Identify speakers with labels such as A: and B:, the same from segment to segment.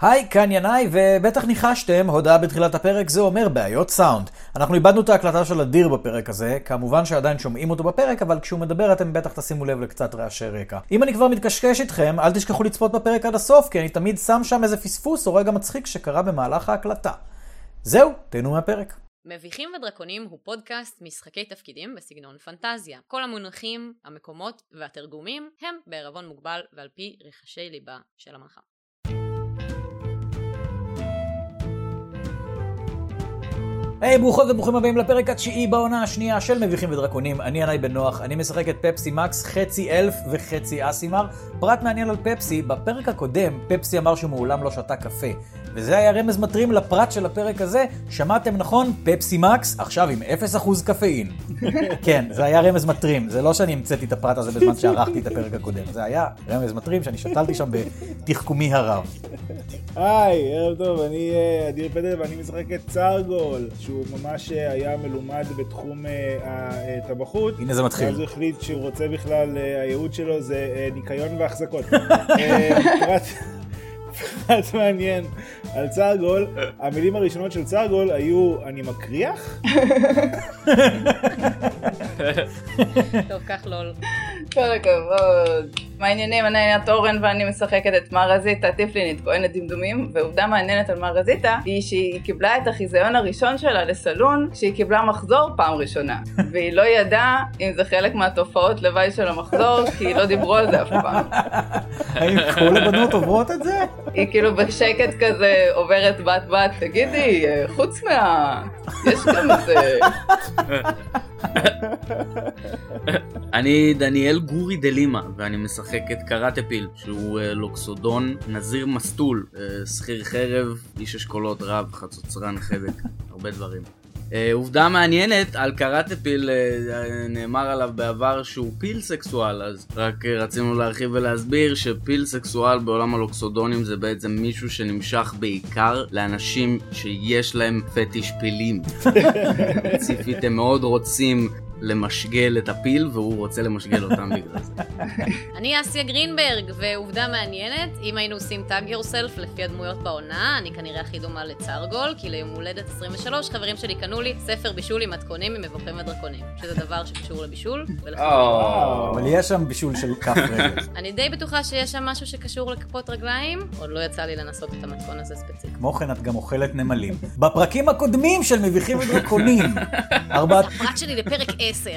A: היי, כאן ינאי, ובטח ניחשתם, הודעה בתחילת הפרק זה אומר בעיות סאונד. אנחנו איבדנו את ההקלטה של אדיר בפרק הזה, כמובן שעדיין שומעים אותו בפרק, אבל כשהוא מדבר אתם בטח תשימו לב לקצת רעשי רקע. אם אני כבר מתקשקש איתכם, אל תשכחו לצפות בפרק עד הסוף, כי אני תמיד שם שם איזה פספוס או רגע מצחיק שקרה במהלך ההקלטה. זהו, תהנו מהפרק.
B: מביכים ודרקונים הוא פודקאסט משחקי תפקידים בסגנון פנטזיה. כל המונחים, המקומות והתרגומים הם בעירבון מוגבל ועל פי רחשי ליבה של המנחה.
A: היי, ברוכות וברוכים הבאים לפרק התשיעי בעונה השנייה של מביכים ודרקונים. אני ינאי בן נוח, אני משחק את פפסי מקס, חצי אלף וחצי אסימר. פרט מעניין על פפסי, בפרק הקודם פפסי אמר שהוא מעולם לא שתה קפה. וזה היה רמז מטרים לפרט של הפרק הזה, שמעתם נכון? פפסי מקס, עכשיו עם 0% קפאין. כן, זה היה רמז מטרים, זה לא שאני המצאתי את הפרט הזה בזמן שערכתי את הפרק הקודם, זה היה רמז מטרים שאני שתלתי שם בתחכומי הרב.
C: היי, ערב טוב, אני אה, אדיר פדר ואני משחק את צארגול, שהוא ממש אה, היה מלומד בתחום אה, הטבחות.
A: הנה זה
C: ואז הוא
A: מתחיל.
C: החליט שהוא רוצה בכלל, אה, הייעוד שלו זה אה, ניקיון והחזקות. אה, פרט, פרט מעניין על צארגול, המילים הראשונות של צארגול היו אני מקריח?
B: טוב, כך לול.
D: כל הכבוד. מה העניינים? אני עינת אורן ואני משחקת את מרזיטה טיפלינית, כהנת דמדומים, ועובדה מעניינת על מרזיטה היא שהיא קיבלה את החיזיון הראשון שלה לסלון כשהיא קיבלה מחזור פעם ראשונה, והיא לא ידעה אם זה חלק מהתופעות לוואי של המחזור, כי לא דיברו על זה אף פעם.
A: האם כל הבנות עוברות את זה?
D: היא כאילו בשקט כזה עוברת בת בת, תגידי, אה, חוץ מה... יש גם איזה...
E: אני דניאל גורי דלימה, ואני משחק את קראטה פיל, שהוא אה, לוקסודון, נזיר מסטול, אה, שכיר חרב, איש אשכולות רב, חצוצרן חדק, הרבה דברים. אה, עובדה מעניינת, על קראטה פיל אה, אה, נאמר עליו בעבר שהוא פיל סקסואל, אז רק אה, רצינו להרחיב ולהסביר שפיל סקסואל בעולם הלוקסודונים זה בעצם מישהו שנמשך בעיקר לאנשים שיש להם פטיש פילים. ספציפית הם מאוד רוצים למשגל את הפיל והוא רוצה למשגל אותם בגלל זה.
B: אני אסיה גרינברג, ועובדה מעניינת, אם היינו עושים tag yourself לפי הדמויות בעונה, אני כנראה הכי דומה לצרגול, כי ליום הולדת 23 חברים שלי קנו לי ספר בישול עם מתכונים ממבוכים ודרקונים, שזה דבר שקשור לבישול ולחברים.
C: וואו.
A: אבל יש שם בישול של כף רגל.
B: אני די בטוחה שיש שם משהו שקשור לכפות רגליים, עוד לא יצא לי לנסות את המתכון הזה ספציפית.
A: כמו כן, את גם אוכלת נמלים. בפרקים הקודמים של מביכים ודרקונים, ארבעת...
B: הפרט שלי לפרק 10.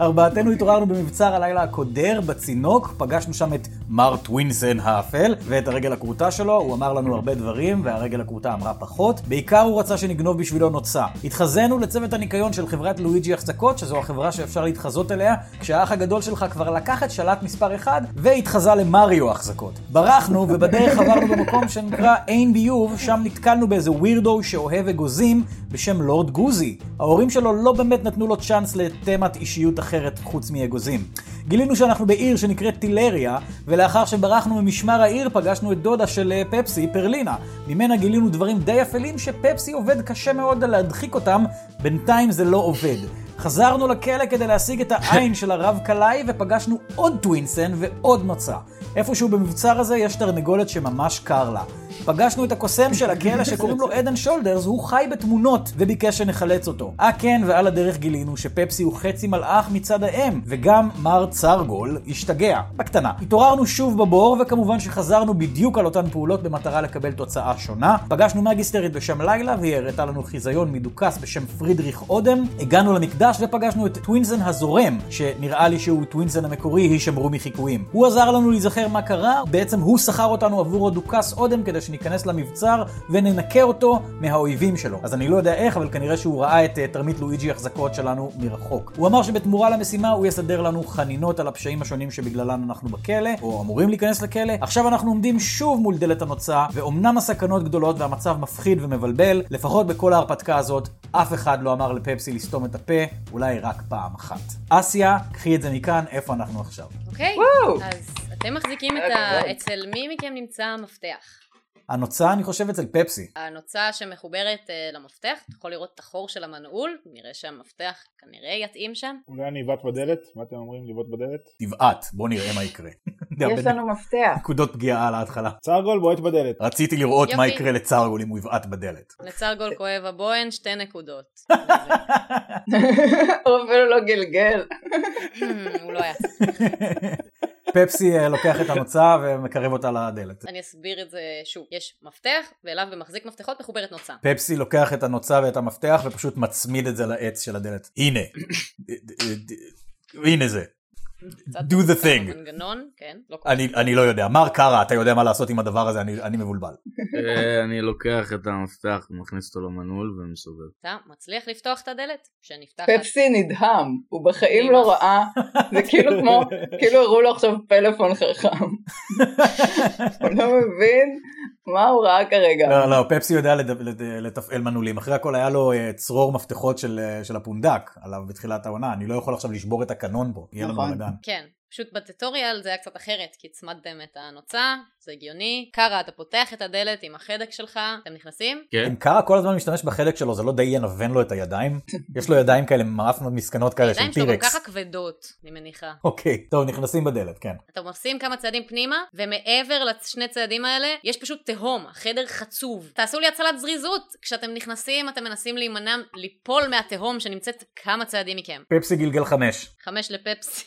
A: ארבעתנו התעוררנו במבצר הלילה הקודר, בצינוק, פגשנו שם את מר טווינסן האפל, ואת הרגל הכרותה שלו, הוא אמר לנו הרבה דברים, והרגל הכרותה אמרה פחות. בעיקר הוא רצה שנגנוב בשבילו נוצה. התחזינו לצוות הניקיון של חברת לואיג'י החזקות, שזו החברה שאפשר להתחזות אליה, כשהאח הגדול שלך כבר לקח את שלט מספר 1, והתחזה למריו החזקות. ברחנו, ובדרך עברנו במקום שנקרא עין ביוב, שם נתקלנו באיזה ווירדו שאוהב אגוזים, בשם לורד גוזי. ההורים שלו לא באמת נתנו לו צ'אנס לתמת אישיות אחרת חוץ מאגוזים. גילינו שאנחנו בעיר שנקראת טילריה, ולאחר שברחנו ממשמר העיר פגשנו את דודה של אה, פפסי, פרלינה. ממנה גילינו דברים די אפלים שפפסי עובד קשה מאוד על להדחיק אותם, בינתיים זה לא עובד. חזרנו לכלא כדי להשיג את העין של הרב קלעי ופגשנו עוד טווינסן ועוד נוצה. איפשהו במבצר הזה יש תרנגולת שממש קר לה. פגשנו את הקוסם של הכלא שקוראים לו עדן שולדרס, הוא חי בתמונות וביקש שנחלץ אותו. אה כן, ועל הדרך גילינו שפפסי הוא חצי מלאך מצד האם, וגם מר צרגול השתגע, בקטנה. התעוררנו שוב בבור, וכמובן שחזרנו בדיוק על אותן פעולות במטרה לקבל תוצאה שונה. פגשנו מהגיסטרית בשם לילה, והיא הראתה לנו חיזיון מדוכס בשם פרידריך אודם. הגענו למקדש ופגשנו את טווינזן הזורם, שנראה לי שהוא טווינזן המקורי, היא שמרו מחיקויים. הוא עזר לנו להיזכר מה קרה, בעצם הוא שכר אותנו עבור הדוכס אודם כדי שניכנס למבצר וננקה אותו מהאויבים שלו. אז אני לא יודע איך, אבל כנראה שהוא ראה את אה, תרמית לואיג'י החזקות שלנו מרחוק. הוא אמר שבתמורה למשימה הוא יסדר לנו חנינות על הפשעים השונים שבגללם אנחנו בכלא, או אמורים להיכנס לכלא. עכשיו אנחנו עומדים שוב מול דלת הנוצה, ואומנם הסכנות גדולות והמצב מפחיד ומבלבל, לפחות בכל ההרפתקה הזאת, אף אחד לא אמר לפפסי לסתום את הפה, אולי רק פעם אחת. אסיה, קחי את זה מכאן, איפה אנחנו עכשיו?
B: אוקיי?
D: וואו!
B: אז אתם מחזיקים את
D: היה
A: אוקיי.
B: ה...
D: גדול.
B: אצל מי מכם נמצא המפתח?
A: הנוצה, אני חושב, אצל פפסי.
B: הנוצה שמחוברת אה, למפתח, אתה יכול לראות את החור של המנעול, נראה שהמפתח כנראה יתאים שם.
C: אולי אני אבעט בדלת? מה אתם אומרים? לבעוט בדלת?
A: תבעט, בוא נראה מה יקרה. זה
D: יש
A: הרבה
D: לנו מפתח.
A: נקודות פגיעה על ההתחלה.
C: צרגול בועט בדלת.
A: רציתי לראות מה
B: יופי.
A: יקרה לצרגול אם הוא יבעט בדלת.
B: לצרגול כואב הבוהן, שתי נקודות.
D: הוא אפילו לא גלגל.
B: Hmm, הוא לא היה.
A: פפסי אה, לוקח את הנוצה ומקרב אותה לדלת.
B: אני אסביר את זה שוב. יש מפתח, ואליו במחזיק מפתחות מחוברת נוצה.
A: פפסי לוקח את הנוצה ואת המפתח ופשוט מצמיד את זה לעץ של הדלת. הנה. הנה זה.
B: קצת
A: Do the
B: מורכב
A: thing.
B: המנגנון, כן, לא כל
A: אני, אני לא יודע. מר קארה, אתה יודע מה לעשות עם הדבר הזה, אני, אני מבולבל.
E: אה, אני לוקח את המפתח, מכניס אותו למנעול ומסובב.
B: אתה מצליח לפתוח את הדלת, שנפתחת.
D: פפסי נדהם, הוא בחיים לא ראה, זה כאילו כמו, כאילו הראו לו עכשיו פלאפון חכם. הוא לא מבין מה הוא ראה כרגע.
A: לא, לא, פפסי יודע לד- לד- לתפעל מנעולים. אחרי הכל היה לו אה, צרור מפתחות של, אה, של הפונדק עליו בתחילת העונה. אני לא יכול עכשיו לשבור את הקנון פה. יהיה לנו
D: נכון.
A: בלאגן.
B: כן, פשוט בטטוריאל זה היה קצת אחרת, כי הצמדתם את הנוצה, זה הגיוני. קארה, אתה פותח את הדלת עם החדק שלך, אתם נכנסים?
E: כן?
A: אם קארה כל הזמן משתמש בחלק שלו, זה לא די ינוון לו את הידיים? יש לו ידיים כאלה מעפנות מסכנות כאלה של
B: הידיים שלו גם
A: טירקס.
B: ככה כבדות, אני מניחה.
A: אוקיי, טוב, נכנסים בדלת, כן.
B: אתם עושים כמה צעדים פנימה, ומעבר לשני צעדים האלה, יש פשוט תהום, החדר חצוב. תעשו לי הצלת זריזות! כשאתם נכנסים, אתם מנסים להימנע, ליפול מהתהום שנמצאת כמה צעדים מכם.
A: פפסי גלגל חמש.
B: חמש לפפסי.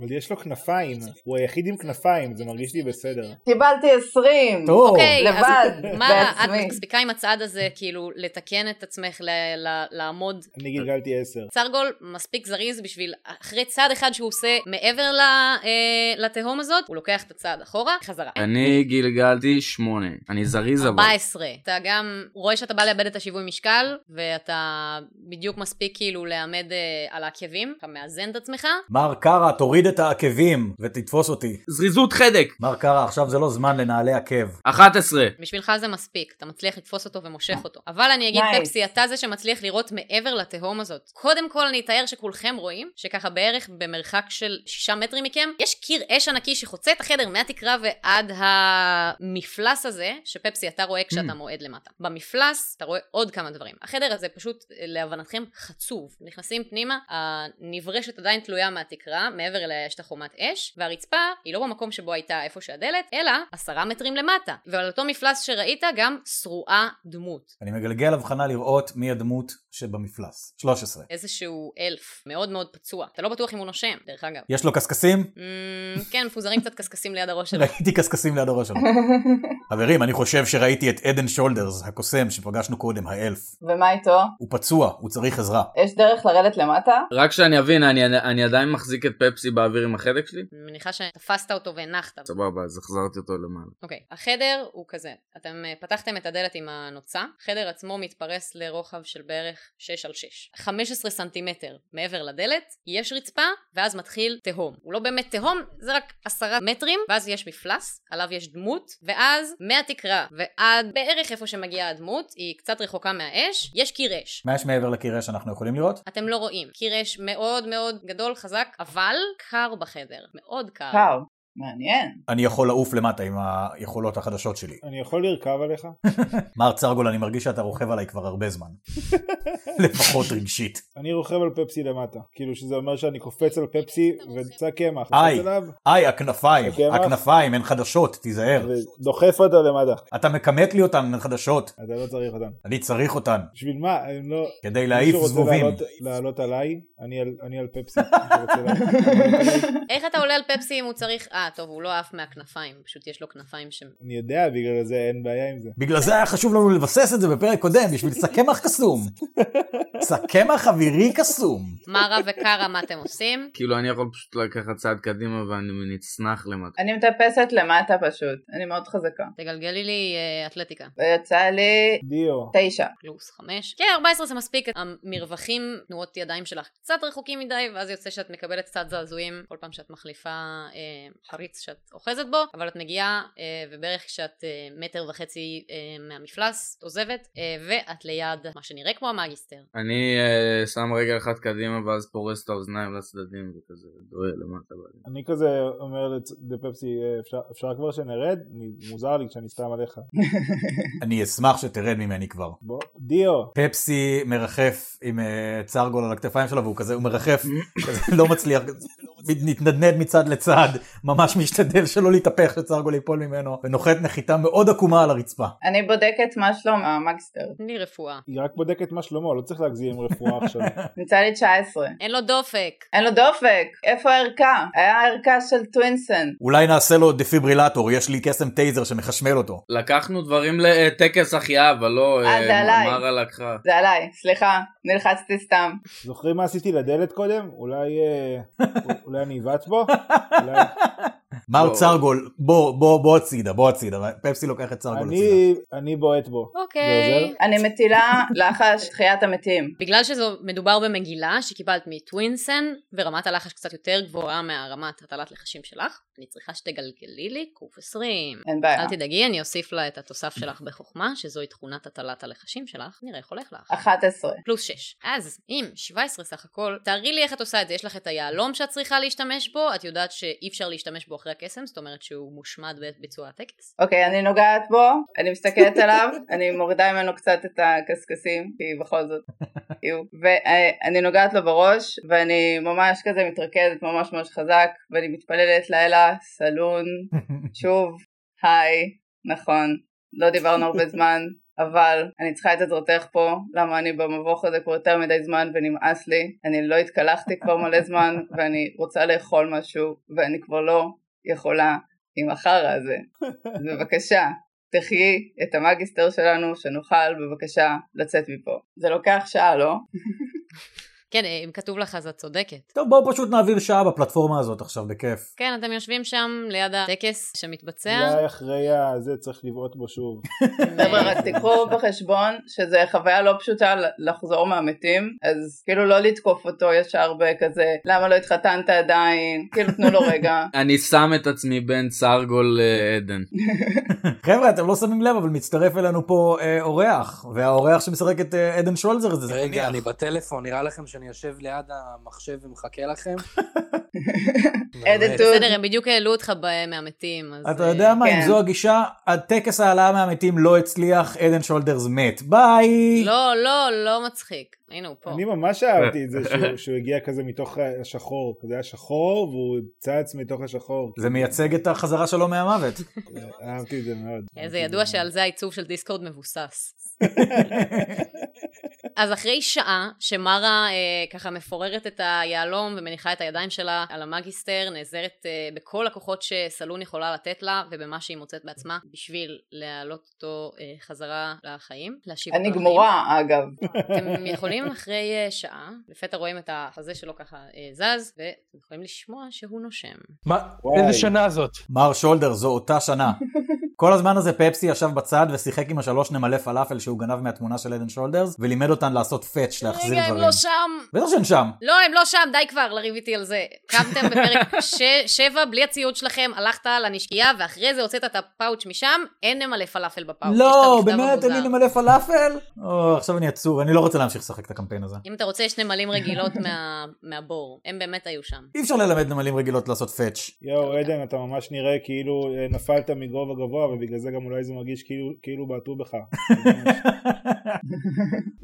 C: אבל יש לו כנפיים. הוא היחיד עם כנפיים, זה מרגיש לי בסדר.
D: קיבלתי 20.
A: טוב.
B: אוקיי, אז
D: לבד,
B: מה, את
D: בעצמי.
B: מספיקה עם הצעד הזה, כאילו, לתקן את עצמך, ל- ל- לעמוד
C: אני גלגלתי עשר.
B: צרגול מספיק זריז בשביל אחרי צעד אחד שהוא עושה מעבר ל, אה, לתהום הזאת, הוא לוקח את הצעד אחורה, חזרה.
E: אני גלגלתי שמונה. אני זריז אבל.
B: 14. אתה גם רואה שאתה בא לאבד את השיווי משקל, ואתה בדיוק מספיק כאילו לעמד אה, על העקבים, אתה מאזן את עצמך.
A: מר קארה, תוריד את העקבים ותתפוס אותי.
E: זריזות חדק!
A: מר קארה, עכשיו זה לא זמן לנעלי עקב.
E: 11.
B: בשבילך זה מספיק, אתה מצליח לתפוס אותו ומושך אותו. אבל אני אגיד,
D: Nice.
B: פפסי, אתה זה שמצליח לראות מעבר לתהום הזאת. קודם כל, אני אתאר שכולכם רואים, שככה בערך במרחק של שישה מטרים מכם, יש קיר אש ענקי שחוצה את החדר מהתקרה ועד המפלס הזה, שפפסי, אתה רואה כשאתה מועד למטה. במפלס, אתה רואה עוד כמה דברים. החדר הזה פשוט, להבנתכם, חצוב. נכנסים פנימה, הנברשת עדיין תלויה מהתקרה, מעבר אליה יש את החומת אש, והרצפה היא לא במקום שבו הייתה איפה שהדלת, אלא עשרה מטרים למטה. ועל אותו מפלס שראית גם שרועה דמות.
A: אני מגלגל הבחנה לראות מי הדמות שבמפלס. 13.
B: איזשהו אלף מאוד מאוד פצוע. אתה לא בטוח אם הוא נושם, דרך אגב.
A: יש לו קשקשים?
B: אמ, כן, מפוזרים קצת קשקשים ליד הראש שלו.
A: ראיתי קשקשים ליד הראש שלו. חברים, אני חושב שראיתי את עדן שולדרס, הקוסם שפגשנו קודם, האלף.
D: ומה איתו?
A: הוא פצוע, הוא צריך עזרה.
D: יש דרך לרדת למטה?
E: רק שאני אבין, אני, אני עדיין מחזיק את פפסי באוויר עם החדק שלי?
B: אני מניחה שתפסת אותו והנחת.
E: סבבה, אז החזרתי אותו למעלה.
B: אוקיי, החדר הוא כזה, אתם אה, פתחתם את הדלת עם הנוצה, החדר עצמו מתפרס לרוחב של בערך 6 על 6. 15 סנטימטר מעבר לדלת, יש רצפה, ואז מתחיל תהום. הוא לא באמת תהום, זה רק 10 מטרים, ואז יש מפלס, עליו יש דמות, ואז מהתקרה ועד בערך איפה שמגיעה הדמות, היא קצת רחוקה מהאש, יש קיר אש.
A: מה יש מעבר לקיר אש שאנחנו יכולים לראות?
B: אתם לא רואים, קיר אש מאוד מאוד גדול, חזק, אבל קר בחדר, מאוד
A: אה.
B: קר.
D: קר. מעניין.
A: אני יכול לעוף למטה עם היכולות החדשות שלי.
C: אני יכול לרכב עליך?
A: מר צרגול, אני מרגיש שאתה רוכב עליי כבר הרבה זמן. לפחות רגשית.
C: אני רוכב על פפסי למטה. כאילו שזה אומר שאני קופץ על פפסי ונמצא קמח.
A: איי.
C: קופץ עליו
A: היי, הכנפיים,
C: אוקיי, מה?
A: הכנפיים, הן חדשות, תיזהר.
C: ודוחף אותו למטה.
A: אתה מכמת לי אותן, הן חדשות.
C: אתה לא צריך אותם.
A: אני צריך אותן,
C: בשביל מה? אני לא...
A: כדי להעיף
C: מישהו רוצה
A: זבובים.
C: לעלות- לעלות עליי? אני על- אני על פפסי. מישהו רוצה לעלות?
B: איך אתה עולה על פפסי אם הוא צריך... אה, טוב, הוא לא עף מהכנפיים, פשוט יש לו כנפיים ש...
C: אני יודע, בגלל זה אין בעיה עם זה.
A: בגלל זה היה חשוב לנו לבסס את זה בפרק קודם, בשביל שק קמח קסום. שק קמח אווירי קסום.
B: מרה וקארה, מה אתם עושים?
E: כאילו, אני יכול פשוט לקחת צעד קדימה ואני נצנח למטה.
D: אני מטפסת למטה פשוט, אני מאוד חזקה.
B: תגלגלי לי אה, אתלטיקה.
D: ויצא לי
C: דיו.
D: תשע.
B: פלוס חמש. כן, 14 זה מספיק. המרווחים, תנועות ידיים שלך קצת רחוקים מדי, ואז יוצא שאת מקבלת קצת זעזועים כל פעם שאת מחליפה אה, חריץ שאת אוחזת בו, אבל את מגיעה, אה, ובערך כשאת אה, מטר וחצי אה, מהמפלס, את עוזבת, אה, ואת ליד מה שנראה כמו המאגיסטר.
E: אני אני אה, שם רגל אחת קדימה ואז פורס את האוזניים לצדדים וכזה דוהר למטה.
C: אני כזה אומר לצ- לפפסי, אה, אפשר- אפשר כבר שנרד? אני- מוזר לי כשאני סתם עליך.
A: אני אשמח שתרד ממני כבר.
C: בוא, דיו.
A: פפסי מרחף עם אה, צרגול על הכתפיים שלו והוא כזה, הוא מרחף, כזה לא מצליח, מתנדנד מצד לצד, ממש משתדל שלא להתהפך שצרגול ייפול ממנו, ונוחת נחיתה מאוד עקומה על הרצפה.
D: אני בודקת מה שלום המאגסטר.
B: תן לי רפואה.
C: היא רק בודקת מה שלמה, לא צריך להגזים עם רפואה עכשיו.
D: נמצא לי 19.
B: אין לו דופק.
D: אין לו דופק, איפה הערכה? היה ערכה של טווינסן.
A: אולי נעשה לו דפיברילטור, יש לי קסם טייזר שמחשמל אותו.
E: לקחנו דברים לטקס החייאה אבל לא
D: אה, זה
E: אה,
D: עליי.
E: מרה לקחה.
D: זה עליי, סליחה, נלחצתי סתם.
C: זוכרים מה עשיתי לדלת קודם? אולי אה, אולי אני עיוות בו? אולי...
A: מר
E: לא.
A: צרגול, בוא, בוא, בוא הצידה, בוא הצידה, פפסי לוקח את צרגול הצידה.
C: אני- אני בועט בו. זה
B: אוקיי.
C: עוזר?
D: אני מטילה לחש תחיית המתים.
B: בגלל שזה מדובר במגילה שקיבלת מטווינסן, ורמת הלחש קצת יותר גבוהה מהרמת הטלת לחשים שלך, אני צריכה שתגלגלי לי קוף 20.
D: אין
C: אה.
D: בעיה.
B: אל תדאגי, אני אוסיף לה את התוסף שלך בחוכמה, שזוהי תכונת הטלת הלחשים שלך, נראה איך הולך לך.
D: 11.
B: פלוס 6. אז אם 17 סך הכל, תארי לי איך את עושה את זה. יש לך את היהלום שאת צריכה להשתמש בו, את יודעת שאי אפשר להשתמש בו אחרי הקסם, זאת אומרת שהוא מושמד בעת ביצוע הטקס.
D: אוקיי, אני נוגעת בו, אני מסתכלת עליו, אני מורידה ממנו קצת את הקשקשים, כי בכל זאת, יו. ואני נוגעת לו בראש, ואני ממש כזה מתרכזת ממש ממש חזק, ואני מתפללת לילה, סלון, שוב, היי, נכון, לא דיברנו הרבה זמן, אבל אני צריכה את עזרתך פה, למה אני במבוך הזה כבר יותר מדי זמן ונמאס לי, אני לא התקלחתי כבר מלא זמן, ואני רוצה לאכול משהו, ואני כבר לא יכולה עם החרא הזה. אז בבקשה, תחיי את המאגיסטר שלנו, שנוכל בבקשה לצאת מפה. זה לוקח שעה, לא?
B: כן, אה, אם כתוב לך אז את צודקת.
A: טוב, בואו פשוט נעביר שעה בפלטפורמה הזאת עכשיו, בכיף.
B: כן, אתם יושבים שם ליד הטקס שמתבצע. אה,
C: אולי אחרי הזה צריך לבעוט בו שוב.
D: חבר'ה, רק תיקחו בחשבון שזו חוויה לא פשוטה ל- לחזור מהמתים, אז כאילו לא לתקוף אותו ישר בכזה, למה לא התחתנת עדיין? כאילו תנו לו רגע.
E: אני שם את עצמי בין סרגול אה, לעדן.
A: חבר'ה, אתם לא שמים לב, אבל מצטרף אלינו פה אה, אורח, והאורח שמשחק את אה, עדן שולזר זה זה
F: רגע,
A: מניח.
F: אני בטלפון, נראה לכם שאני יושב ליד המחשב ומחכה לכם?
D: עדן
F: באמת.
D: טוד,
B: בסדר, הם בדיוק העלו אותך ב- מהמתים, אז...
A: אתה
B: אה,
A: יודע מה, אם
D: כן.
A: זו הגישה, הטקס העלאה מהמתים לא הצליח, עדן שולדרס מת. ביי!
B: לא, לא, לא מצחיק. הנה, הוא פה.
C: אני ממש אהבתי את זה שהוא- שהוא הגיע כזה מתוך השחור. זה היה שחור והוא צץ מתוך השחור.
A: זה מייצג את החזרה שלו מהמוות.
C: אהבתי את זה מאוד.
B: זה ידוע שעל זה העיצוב של דיסקורד מבוסס. אז אחרי שעה שמרה אה, ככה מפוררת את היהלום ומניחה את הידיים שלה על המגיסטר, נעזרת אה, בכל הכוחות שסלון יכולה לתת לה ובמה שהיא מוצאת בעצמה בשביל להעלות אותו אה, חזרה לחיים, להשיב אותו
D: אני
B: לחיים.
D: גמורה אגב.
B: אתם יכולים אחרי אה, שעה, לפתע רואים את החזה שלו ככה אה, זז, ואתם יכולים לשמוע שהוא נושם.
F: מה,
C: וואי.
F: איזה שנה זאת?
A: מר שולדר, זו אותה שנה. כל הזמן הזה פפסי ישב בצד ושיחק עם השלוש נמלי פלאפל שהוא גנב מהתמונה של עדן שולדרס, ולימד אותן לעשות פאץ', להחזיר
B: רגע,
A: דברים.
B: הם לא שם!
A: בטח שהם שם.
B: לא, הם לא שם, די כבר לריב איתי על זה. קמתם בפרק ש- שבע, בלי הציוד שלכם, הלכת לנשקייה, ואחרי זה הוצאת את הפאוץ' משם, אין נמלא פלאפל בפאוץ'.
A: לא,
B: יש את המכתב
A: באמת, אין לי
B: המוזר.
A: נמלא פלאפל? או, עכשיו אני עצוב, אני לא רוצה להמשיך לשחק את הקמפיין הזה.
B: אם אתה רוצה, יש נמלים רגילות מה- מהבור. הם באמת היו שם.
A: אי אפשר ללמד נמלים רגילות לעשות פאץ'.
C: יואו עדן אתה ממש נראה כאילו אה, נפלת מגובה גבוה ובגלל זה גם אולי זה מרגיש כאילו- כאילו בעטו בך. זה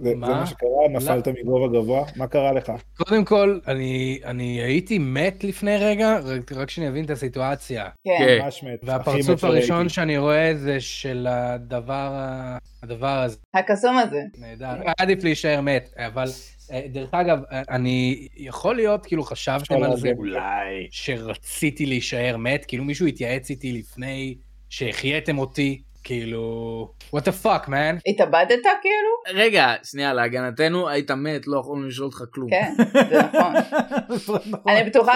C: זה
F: מה? לא. אה,
C: מה שקרה נפלת מגובה גבוה מה קרה לך?
F: קודם כל, אני, אני הייתי מת לפני רגע, רק, רק שאני אבין את הסיטואציה.
D: כן.
E: כן.
C: ממש מת. הכי מת
F: והפרצוף
C: שראיתי.
F: הראשון שאני רואה זה של הדבר, ה- הדבר הזה.
D: הקסום הזה.
F: נהדר. עדיף להישאר מת, אבל... אה, דרך אגב, אה, אני יכול להיות, כאילו חשבתם על זה,
C: להגיד.
F: אולי שרציתי להישאר מת, כאילו מישהו התייעץ איתי לפני שהחייתם אותי, כאילו, what the fuck, man.
D: התאבדת כאילו?
E: רגע, שנייה, להגנתנו היית מת, לא יכולנו לשאול אותך כלום.
D: כן, זה נכון.
B: לא-
D: אני בטוחה,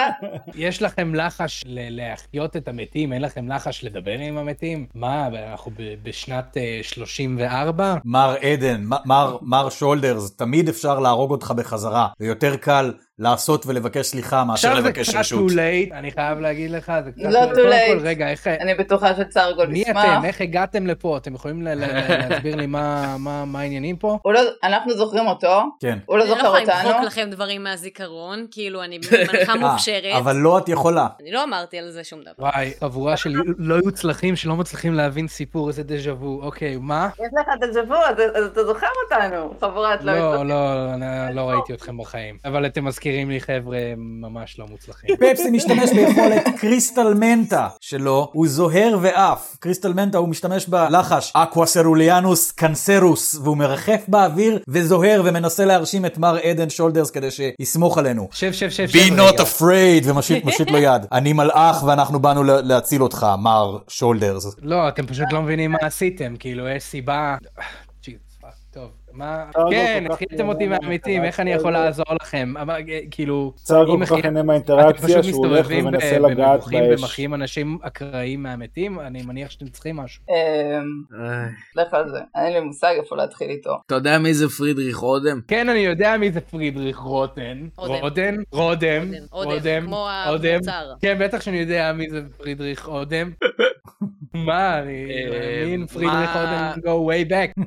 F: יש לכם לחש ל- להחיות את המתים? אין לכם לחש לדבר עם המתים? מה, אנחנו ב- בשנת אה, 34?
A: מר עדן, מ- מר, מר שולדרס, תמיד אפשר להרוג אותך בחזרה, ויותר קל לעשות ולבקש סליחה מאשר
F: עכשיו זה
A: לבקש
F: קצת
A: רשות.
F: too late, אני חייב להגיד לך, זה קצת...
D: לא too
F: קודם כל,
D: late.
F: רגע, איך...
D: אני בטוחה שצרגול
F: מי
D: ישמח.
F: אתם? איך הגעתם לפה? אתם יכולים ל- ל- להסביר לי מה- מה מה העניינים פה?
D: הוא לא, אנחנו זוכרים אותו,
A: כן.
D: הוא לא
B: אני לא
D: זוכר
B: יכולה למחוק
D: אותנו.
B: לכם דברים מהזיכרון, כאילו אני מנחה
A: אה,
B: מוכשרת.
A: אבל לא את יכולה.
B: אני לא אמרתי על זה שום דבר.
F: וואי, חבורה של לא יוצלחים שלא מצליחים להבין סיפור, איזה דז'ה וו. אוקיי, מה?
D: יש לך דז'ה וו, אז, אז אתה זוכר אותנו, חבורת לא
F: לא,
D: יוצאת.
F: לא, אני לא ראיתי אתכם בחיים. אבל אתם מזכירים לי חבר'ה ממש לא מוצלחים.
A: פפסי משתמש ביכולת קריסטל מנטה שלו, הוא זוהר ואף. קריסטל מנטה הוא משתמש בלחש אקווסרוליאנוס קנסרוס, והוא מרחף באוויר וזוהר ומנסה להרשים את מר עדן שולדרס כדי שיסמוך עלינו.
F: שב, שב, שב, שב.
A: be not
F: רגע.
A: afraid ומושיט מושיט לו יד. אני מלאך ואנחנו באנו לה- להציל אותך, מר שולדרס.
F: לא, אתם פשוט לא מבינים מה עשיתם, כאילו, יש סיבה... Jesus, fuck, טוב, מה...
C: לא, לא,
F: כן,
C: כל כך
F: התחילתם אותי
C: נהנה
F: מהעמיתים, איך אני יכול לעזור לכם? אבל, אה, כאילו...
C: צרגול
F: אם
C: כל כך
F: הכי-
C: נהנה
F: אתם
C: מהאינטראקציה
F: פשוט
C: שהוא הולך
F: מסתובבים
C: ומנסה
F: ב-
C: לגעת
F: במבוכים
C: באש.
F: ומחיים אנשים אקראיים מהמתים, אני מניח שאתם צריכים משהו.
D: אמ,
E: איי.
D: לך על זה, אין לי מושג איפה להתחיל איתו.
E: אתה יודע מי זה פרידריך אודם?
F: כן, אני יודע מי זה פרידריך רוטן.
B: רודם.
F: רוטן? רודם.
B: רודם, רודם, כמו
F: רודם.
B: המוצר.
F: כן, בטח שאני יודע מי זה פרידריך אודם. מה, אני
E: אה,
F: מין
E: מה?
F: פרידריך אודם go way back.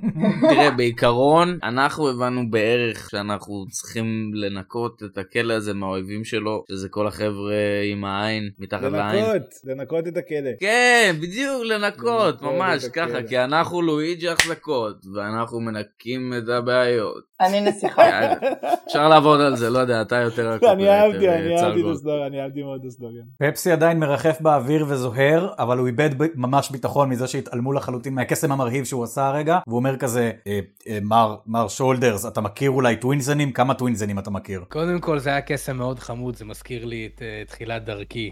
E: תראה, בעיקרון, אנחנו הבנו בערך שאנחנו צריכים לנקות את הכלא הזה מהאויבים שלו, שזה כל החבר'ה עם העין, מתחת לעין.
C: לנקות, לנקות את הכלא.
E: כן, בדיוק,
C: לנקות
E: לנקות, ממש
C: את
E: ככה,
C: הכלא.
E: כי אנחנו לואיג'י החזקות, ואנחנו מנקים את הבעיות.
D: אני נסיכה.
E: יאללה, אוקיי, אפשר לעבוד על זה, לא יודע, אתה יותר
C: לא, אני
E: הקופרייטר, אה,
C: אהבתי, אני אהבתי את
E: צרגול.
C: הסלוגן, אני אהבתי מאוד את הסלוגן.
A: פפסי עדיין מרחף באוויר וזוהר, אבל הוא איבד ב- ממש ביטחון מזה שהתעלמו לחלוטין מהקסם המרהיב שהוא עשה הרגע, והוא אומר כזה, "אה, אה, מר, מר שולדרס, אתה מכיר אולי טווינזנים? כמה טווינזנים אתה מכיר?
F: קודם כל, זה היה קסם מאוד חמוד, זה מזכיר לי את אה, תחילת דרכי.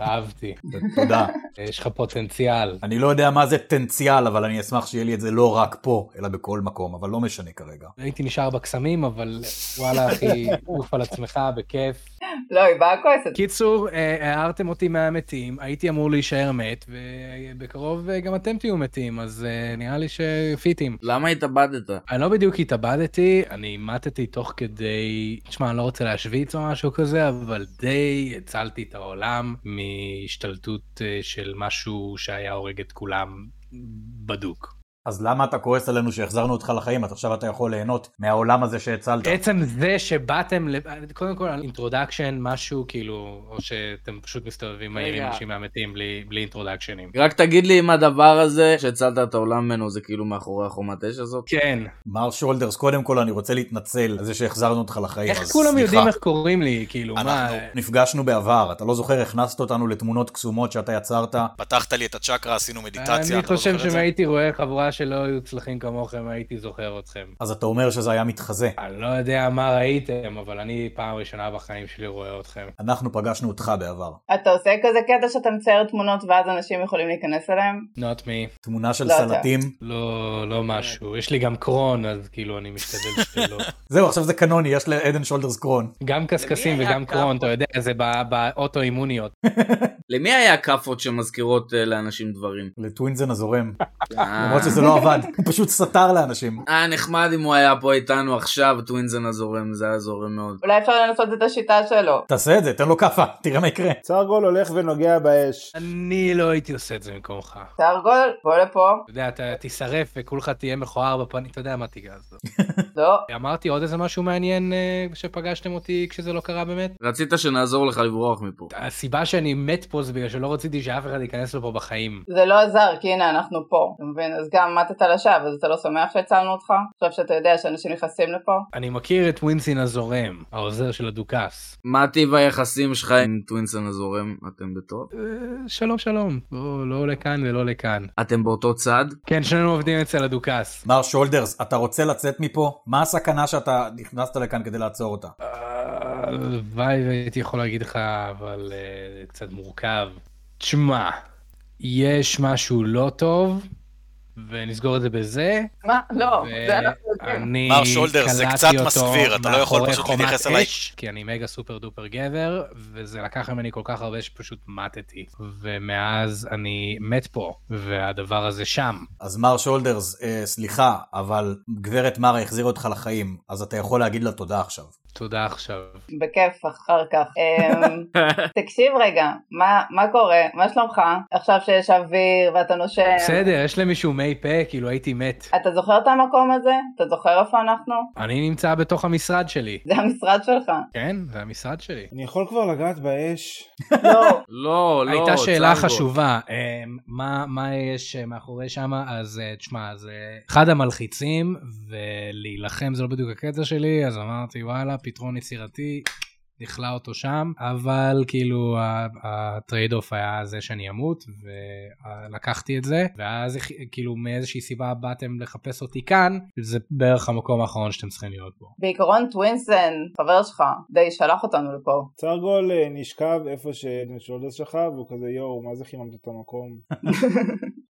F: אהבתי. אה,
A: ת- תודה.
F: יש לך פוטנציאל.
A: אני לא יודע מה זה טנציאל, אבל אני אשמח שיהיה לי את זה לא רק פה, אלא בכל מקום, אבל לא משנה כרגע.
F: הייתי נשאר בקסמים, אבל וואלה, אחי, עוף על עצמך, בכיף.
D: לא, היא באה כועסת.
F: קיצור, אה, הערתם אותי מהמתים, הייתי אמור להישאר מת, ובקרוב אה, גם אתם תהיו מתים, אז אה, נראה לי שפיטים.
E: למה התאבדת?
F: אני לא בדיוק התאבדתי, אני מתתי תוך כדי, תשמע, אני לא רוצה להשוויץ או משהו כזה, אבל די הצלתי את העולם מהשתלטות אה, של משהו שהיה הורג את כולם בדוק.
A: אז למה אתה כועס עלינו שהחזרנו אותך לחיים? אז עכשיו אתה יכול ליהנות מהעולם הזה שהצלת.
F: עצם זה שבאתם, ל- קודם כל על אינטרודקשן, משהו כאילו, או שאתם פשוט מסתובבים מהר עם
E: רגע.
F: אנשים מהמתים בלי בלי אינטרודקשנים.
E: רק תגיד לי אם הדבר הזה שהצלת את העולם ממנו זה כאילו מאחורי החומת אש הזאת?
F: כן.
A: מר שולדרס, קודם כל אני רוצה להתנצל על זה שהחזרנו אותך לחיים.
F: איך
A: אז
F: כולם
A: סליחה.
F: יודעים איך קוראים לי, כאילו, מה...
A: אנחנו נפגשנו בעבר, אתה לא זוכר, הכנסת אותנו לתמונות קסומות שאתה יצרת. פתחת לי את הצ'קרה, עשינו לא
F: אני חושב שאם הייתי רואה חבורה שלא היו צלחים כמוכם, הייתי זוכר אתכם.
A: אז אתה אומר שזה היה מתחזה.
F: אני לא יודע מה ראיתם, אבל אני פעם ראשונה בחיים שלי רואה אתכם.
A: אנחנו פגשנו אותך בעבר.
D: אתה עושה כזה קטע שאתה מצייר תמונות ואז אנשים יכולים להיכנס אליהם?
F: Not me.
A: תמונה של
D: לא אתה.
A: סלטים.
F: לא, לא משהו. יש לי גם קרון, אז כאילו אני משתדל שלא.
A: זהו, עכשיו זה קנוני, יש לעדן שולדרס קרון.
F: גם קשקשים
E: למי היה
F: וגם קרון, אתה יודע, זה בא- באוטואימוניות.
E: למי היה כאפות שמזכירות אה, לאנשים דברים?
A: לטווינזן הזורם.
E: אה.
A: למרות שזה לא עבד, הוא פשוט סתר לאנשים.
E: היה אה, נחמד אם הוא היה פה איתנו עכשיו, טווינזן הזורם, זה היה זורם מאוד.
D: אולי אפשר לנסות את השיטה שלו.
A: תעשה את זה, תן לו כאפה, תראה מה יקרה.
C: צרגול הולך ונוגע באש.
F: אני לא הייתי עושה את זה במקומך.
D: צרגול, בוא לפה.
F: אתה יודע, אתה תישרף וכולך תהיה מכוער בפנים, אתה יודע מה תיגע אז.
D: לא.
F: אמרתי עוד איזה משהו מעניין אה, שפגשתם אותי כשזה לא קרה באמת?
E: רצית שנעזור לך לברוח מפה.
F: הסיבה שאני מת פה זה בגלל שלא רציתי שאף אחד ייכנס לפה בחיים.
D: זה לא עזר, כי הנה אנחנו פה, אתה מבין? אז גם מתת לשווא, אז אתה לא שמח שהצלנו אותך? עכשיו שאתה יודע שאנשים נכנסים לפה?
F: אני מכיר את ווינסין הזורם, העוזר של הדוכס.
E: מה טיב היחסים שלך עם טווינסן הזורם? אתם בטוב?
F: אה, שלום שלום, לא, לא לכאן ולא לכאן.
E: אתם באותו צד?
F: כן, שנינו עובדים אצל הדוכס.
A: מר שולדרס, אתה רוצה לצאת מפה? מה הסכנה שאתה נכנסת לכאן כדי לעצור אותה?
F: אה, הלוואי והייתי יכול להגיד לך, אבל אה, קצת מורכב. תשמע, יש משהו לא טוב, ונסגור את זה בזה.
D: מה? לא,
F: ו-
D: זה אנחנו
F: אני
G: מר שולדרס, זה
F: קלעתי
G: קצת
F: אותו
G: מסגביר, אתה לא יכול
F: מאחורי
G: פשוט
F: חומת
G: להתייחס אליי.
F: אש, כי אני מגה סופר דופר גבר, וזה לקח ממני כל כך הרבה שפשוט מתתי. ומאז אני מת פה, והדבר הזה שם.
A: אז מר שולדרס, אה, סליחה, אבל גברת מרה החזירה אותך לחיים, אז אתה יכול להגיד לה תודה עכשיו.
F: תודה עכשיו.
D: בכיף, אחר כך. אמ, תקשיב רגע, מה- מה קורה? מה שלומך? עכשיו שיש אוויר ואתה נושם.
F: בסדר, יש למישהו מי פה, כאילו הייתי מת.
D: אתה זוכר את המקום הזה? אתה זוכר איפה אנחנו?
F: אני נמצא בתוך המשרד שלי.
D: זה המשרד שלך.
F: כן, זה המשרד שלי.
C: אני יכול כבר לגעת באש?
D: לא,
E: לא, לא,
F: הייתה שאלה
E: צנגו.
F: חשובה, אמ, מה- מה יש אה, מאחורי שם, אז אה, תשמע, זה אחד המלחיצים, ולהילחם זה לא בדיוק הקטע שלי, אז אמרתי וואלה, פתרון יצירתי. נכלא אותו שם, אבל כאילו ה- הטרייד אוף היה זה שאני אמות, ולקחתי את זה, ואז הכ- כאילו מאיזושהי סיבה באתם לחפש אותי כאן, זה בערך המקום האחרון שאתם צריכים להיות בו.
D: בעיקרון טווינסן, חבר שלך, די שלח אותנו לפה.
C: צרגול אה, נשכב איפה שנשולדס שכב, והוא כזה יואו, מה זה חיממת את המקום?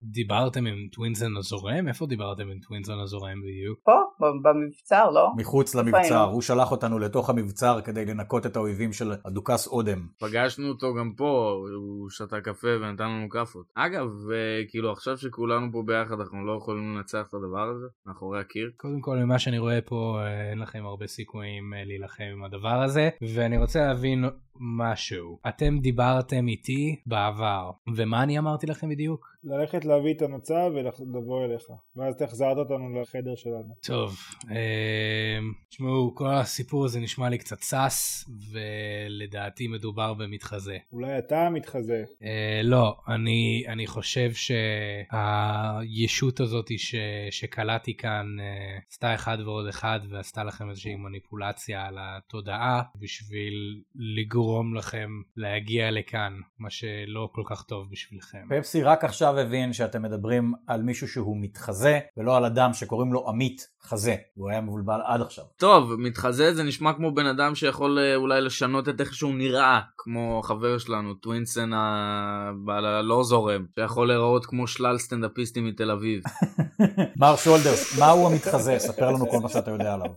F: דיברתם עם טווינסון הזורם? איפה דיברתם עם טווינסון הזורם בדיוק?
D: פה, ב- במבצר, לא?
A: מחוץ למבצר,
D: היינו.
A: הוא שלח אותנו לתוך המבצר כדי לנקות את האויבים של הדוכס אודם.
E: פגשנו אותו גם פה, הוא שתה קפה ונתן לנו כאפות. אגב, אה, כאילו עכשיו שכולנו פה ביחד, אנחנו לא יכולים לנצח את הדבר הזה, מאחורי הקיר.
F: קודם כל, ממה שאני רואה פה, אה, אין לכם הרבה סיכויים אה, להילחם עם הדבר הזה, ואני רוצה להבין משהו. אתם דיברתם איתי בעבר, ומה אני אמרתי לכם בדיוק?
C: ללכת להביא את המצה ולבוא אליך. ואז אתה החזרת אותנו לחדר שלנו.
F: טוב, אמ, תשמעו, כל הסיפור הזה נשמע לי קצת סס, ולדעתי מדובר במתחזה.
C: אולי אתה מתחזה.
F: אה, לא, אני, אני חושב שהישות הזאת ש, שקלעתי כאן אה, עשתה אחד ועוד אחד ועשתה לכם איזושהי מניפולציה על התודעה בשביל לגרום לכם להגיע לכאן, מה שלא כל כך טוב בשבילכם.
A: פפסי רק עכשיו הבין שאתם מדברים על מישהו שהוא מתחזה, ולא על אדם שקוראים לו עמית חזה, והוא היה מבולבל עד עכשיו.
E: טוב, מתחזה זה נשמע כמו בן אדם שיכול אה, אולי לשנות את איך שהוא נראה, כמו חבר שלנו, טווינסן הבעל הלא זורם, שיכול להיראות כמו שלל סטנדאפיסטים מתל אביב.
A: מר שולדרס, מהו המתחזה? ספר לנו כל מה שאתה יודע עליו.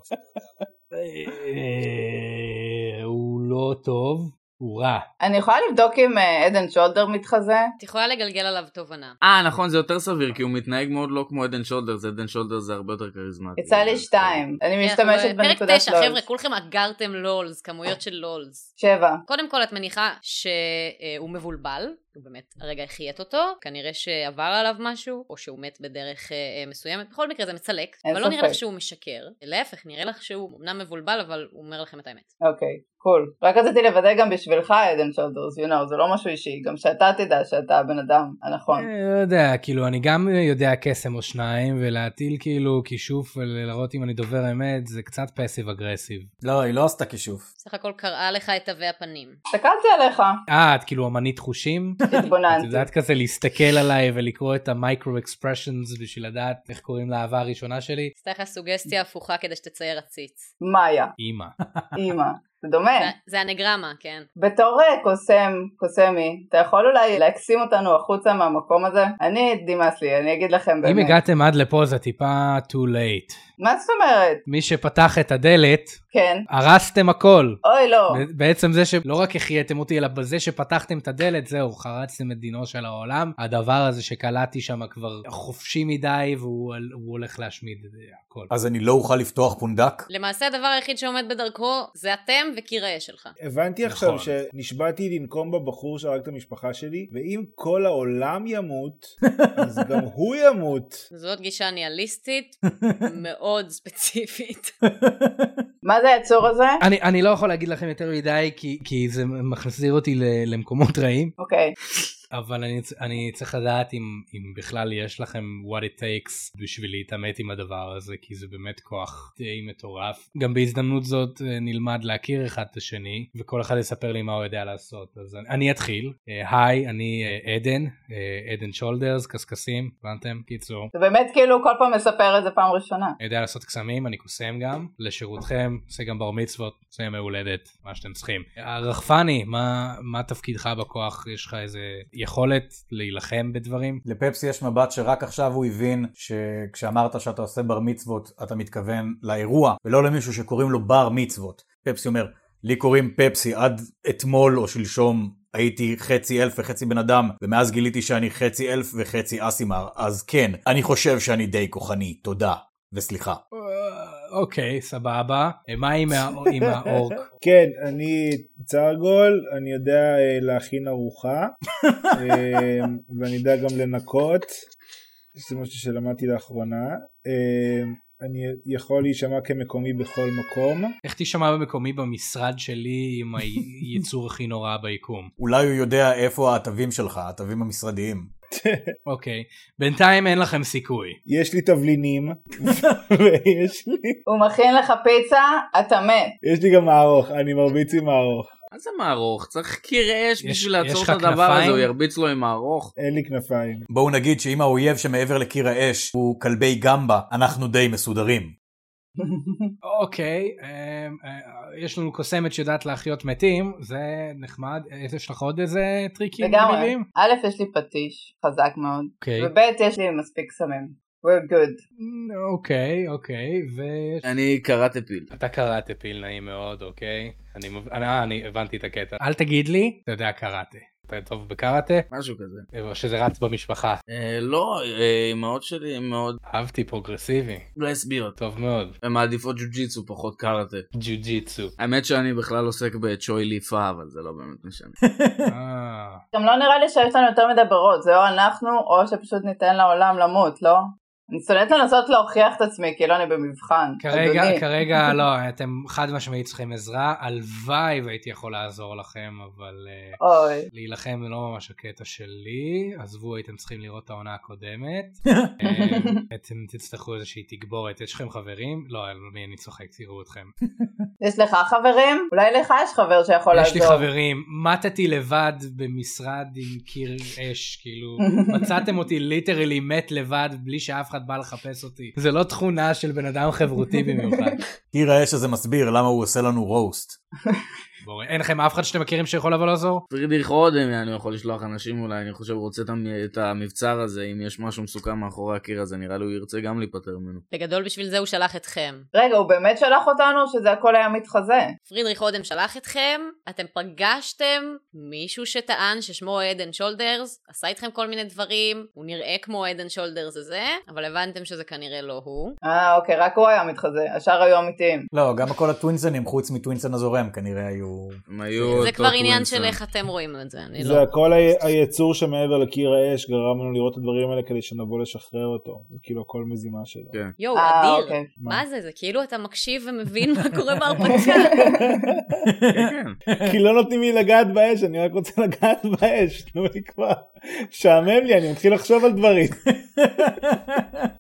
F: אה, הוא לא טוב, הוא רע.
D: אני יכולה לבדוק אם אה, עדן שולדר מתחזה?
B: את יכולה לגלגל עליו תובנה.
E: אה, נכון, זה יותר סביר, כי הוא מתנהג מאוד לא כמו עדן שולדרס, עדן שולדרס זה הרבה יותר כריזמטי.
D: יצא לי שתיים. אני משתמשת
B: אנחנו,
D: בנקודת
B: כן, פרק 9,
D: לוז.
B: חבר'ה, כולכם אגרתם לולס, כמויות של לולס.
D: שבע.
B: קודם כל את מניחה שהוא מבולבל, הוא באמת הרגע החיית אותו, כנראה שעבר עליו משהו, או שהוא מת בדרך אה, אה, מסוימת, בכל מקרה זה מצלק,
D: אין
B: אבל לא נראה
D: ספק.
B: לך שהוא משקר, להפך נראה לך שהוא אמנם מבולבל אבל הוא אומר לכם את האמת.
D: אוקיי, קול. רק רציתי לוודא גם בשבילך, עדן שולדרס, you know, זה לא משהו אישי, גם שאתה תדע שאתה הבן אדם הנכון.
F: אה, לא יודע, כאילו, אני גם יודע קסם או שניים, ולהטיל כאילו כישוף ולהראות אם אני דובר אמת, זה קצת פסיב אגרסיב.
A: לא, היא לא עשתה כישוף.
B: בסך הכל קראה לך את תווי הפנים.
D: הסתכלתי עליך,
F: אה, את כאילו אמנית חושים?
D: לא,
F: את
D: התבוננתי.
F: יודעת כזה להסתכל עליי ולקרוא את המייקרו אקספרשנס בשביל לדעת איך קוראים לאהבה הראשונה שלי?
B: עשתה לך סוגסטיה הפוכה כדי שתצייר עציץ.
D: מאיה,
F: אימא.
D: אימא, זה דומה.
B: זה- זה הנגרמה, כן.
D: בתור אה, קוסם, קוסמי, אתה יכול אולי להקסים אותנו החוצה מהמקום הזה? אני, נמאס לי, אני אגיד לכם
F: אם
D: באמת.
F: הגעתם עד לפה זה טיפה too late.
D: מה זאת אומרת?
F: מי שפתח את הדלת,
D: כן.
F: הרסתם הכל.
D: אוי לא.
F: ב- בעצם זה שלא רק החייתם אותי, אלא בזה שפתחתם את הדלת, זהו, חרצתם את דינו של העולם. הדבר הזה שקלעתי שם כבר חופשי מדי, והוא הוא הולך להשמיד את זה, הכל.
A: אז אני לא אוכל לפתוח פונדק?
B: למעשה הדבר היחיד שעומד בדרכו זה אתם וקיר האש שלך.
C: הבנתי
F: נכון.
C: עכשיו שנשבעתי לנקום בבחור שהרג את המשפחה שלי, ואם כל העולם ימות, אז גם הוא ימות.
B: זאת גישה ניהליסטית מאוד ספציפית.
D: מה זה היצור הזה?
F: אני, אני לא יכול להגיד לכם יותר מדי, כי, כי זה מחזיר אותי ל- למקומות רעים.
D: אוקיי.
F: אבל אני, צ- אני צריך לדעת אם, אם בכלל יש לכם what it takes בשביל להתעמת עם הדבר הזה, כי זה באמת כוח די מטורף. גם בהזדמנות זאת אה, נלמד להכיר אחד את השני, וכל אחד יספר לי מה הוא יודע לעשות. אז אני, אני אתחיל. אה, היי, אני אה, עדן, אה, עדן שולדרס, קשקשים, הבנתם? קיצור.
D: זה באמת כאילו כל פעם מספר את זה פעם ראשונה.
F: אני יודע לעשות קסמים, אני קוסם גם, לשירותכם, עושה גם בר מצוות, עושה ימי הולדת, מה שאתם צריכים. הרחפני, מה, מה תפקידך בכוח? יש לך איזה יכולת להילחם בדברים?
A: לפפסי יש מבט שרק עכשיו הוא הבין שכשאמרת שאתה עושה בר מצוות, אתה מתכוון לאירוע, ולא למישהו שקוראים לו בר מצוות. פפסי אומר, לי קוראים פפסי, עד אתמול או שלשום הייתי חצי אלף וחצי בן אדם, ומאז גיליתי שאני חצי אלף וחצי אסימר, אז כן, אני חושב שאני די כוחני, תודה. וסליחה.
F: אה, אוקיי, סבבה. אה, מה עם ה- עם האורק?
C: כן, אני צרגול, אני יודע אה, להכין ארוחה, אה, ואני יודע גם לנקות, שזה משהו שלמדתי לאחרונה. אה, אני יכול להישמע כמקומי בכל מקום.
F: איך תשמע במקומי במשרד שלי עם היצור הכי נורא ביקום?
A: אולי הוא יודע איפה העטבים שלך, העטבים המשרדיים.
F: אוקיי, בינתיים אין לכם סיכוי.
C: יש לי תבלינים, ויש לי,
D: הוא מכין לך פיצה, אתה מת.
C: יש לי גם מערוך, אני מרביץ עם מערוך.
E: מה זה מערוך? צריך קיר אש
F: יש-
E: בשביל
F: יש
E: לעצור
F: לך
E: את הדבר
F: כנפיים?
E: הזה, הוא ירביץ לו עם מערוך.
C: אין לי כנפיים.
A: בואו נגיד שאם האויב שמעבר לקיר האש הוא כלבי גמבה, אנחנו די מסודרים.
F: אוקיי, אה, אה, יש לנו קוסמת שיודעת להחיות מתים, זה נחמד. אה, יש לך עוד איזה טריקים
D: לגמרי.
F: מגניבים?
D: א', יש לי פטיש, חזק מאוד.
F: כאילו, אוקיי.
D: וב', יש לי מספיק סמים. We're good.
F: אוקיי, אוקיי, ו...
E: אני קראתי פיל.
F: אתה קראת פיל נעים מאוד, אוקיי? אני, מב- אני, אה, אני הבנתי את הקטע. אל תגיד לי, אתה יודע קראטה. אתה טוב בקראטה,
E: משהו כזה.
F: או שזה רץ במשפחה.
E: אה, לא, אה, אמהות שלי הן מאוד
F: אהבתי פרוגרסיבי,
E: לסביות.
F: טוב מאוד.
E: הן מעדיפות ג'ו-ג'יצו פחות קראטה.
F: ג'ו ג'יצו.
E: האמת שאני בכלל עוסק בצ'וי ליפה, אבל זה לא באמת משנה.
F: אה,
D: גם לא נראה לי שיש לנו יותר מדי ברירות, זה או אנחנו, או שפשוט ניתן לעולם למות, לא? אני שונאת לנסות להוכיח את עצמי, כאילו אני במבחן.
F: כרגע,
D: אדוני.
F: כרגע לא, אתם חד משמעית צריכים עזרה, הלוואי והייתי יכול לעזור לכם, אבל אה,
D: אוי.
F: להילחם זה לא ממש הקטע שלי, עזבו, הייתם צריכים לראות את העונה הקודמת. אה, אתם תצטרכו איזושהי תגבורת, יש לכם חברים? לא, על מי אני צוחק, תראו אתכם.
D: יש לך חברים? אולי לך יש חבר שיכול
F: יש
D: לעזור.
F: לי חברים, מתתי לבד במשרד עם קיר אש, כאילו, מצאתם אותי ליטרלי מת לבד בלי שאף אחד בא לחפש אותי. זה לא תכונה של בן אדם חברותי במיוחד.
A: קיר האש הזה מסביר למה הוא עושה לנו רוסט.
F: בואו, אין לכם אף אחד שאתם מכירים שיכול לבוא לעזור?
E: פרידריך רודם, אני יכול לשלוח אנשים אולי, אני חושב הוא רוצה את המ- את המבצר הזה, אם יש משהו מסוכן מאחורי הקיר הזה, נראה לי הוא ירצה גם להיפטר ממנו.
B: בגדול בשביל זה הוא שלח אתכם.
D: רגע, הוא באמת שלח אותנו, או שזה הכל היה מתחזה?
B: פרידריך אודם שלח אתכם, אתם פגשתם מישהו שטען ששמו עדן שולדרס, עשה איתכם כל מיני דברים, הוא נראה כמו עדן שולדרס הזה, אבל הבנתם שזה כנראה לא הוא.
D: אה, אוקיי, רק הוא היה מתחזה, השאר היו אמיתיים.
A: לא, גם כל הטווינסנים חוץ מטווינסן הזורם כנראה היו...
E: הם היו...
B: זה
E: אותו
B: כבר עניין
E: טווינסר.
B: של איך אתם רואים את זה, אני לא...
C: זה הכל ה- היצור שמעבר לקיר האש גרם לנו לראות את הדברים האלה כדי שנבוא לשחרר אותו. זה כאילו הכל מזימה שלו.
E: כן.
B: יואו,
D: אה,
B: אדיר.
D: אוקיי.
B: מה זה? זה כאילו אתה מקשיב ומבין מה קורה בהרפתקה.
E: כן, כן.
C: כי לא נותנים לי לגעת באש, אני רק רוצה לגעת באש, נו לי כבר. משעמם לי, אני מתחיל לחשוב על דברים.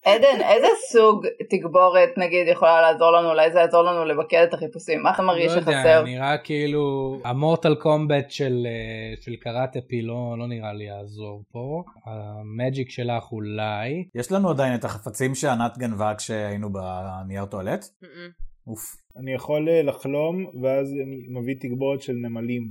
D: עדן, איזה סוג תגבורת, נגיד, יכולה לעזור לנו? אולי זה יעזור לנו לבקר את החיפושים. מה אתה מרגיש
F: לא יודע,
D: שחסר?
F: נראה כאילו המורטל קומבט של, אה, של קראטפי לא, לא נראה לי יעזור פה. המג'יק שלך אולי.
A: יש לנו עדיין את החפצים שענת גנבה כשהיינו בנייר טואלט?
B: Mm-mm.
A: אוף.
C: אני יכול אה, לחלום, ואז אני מביא תגבורת של נמלים.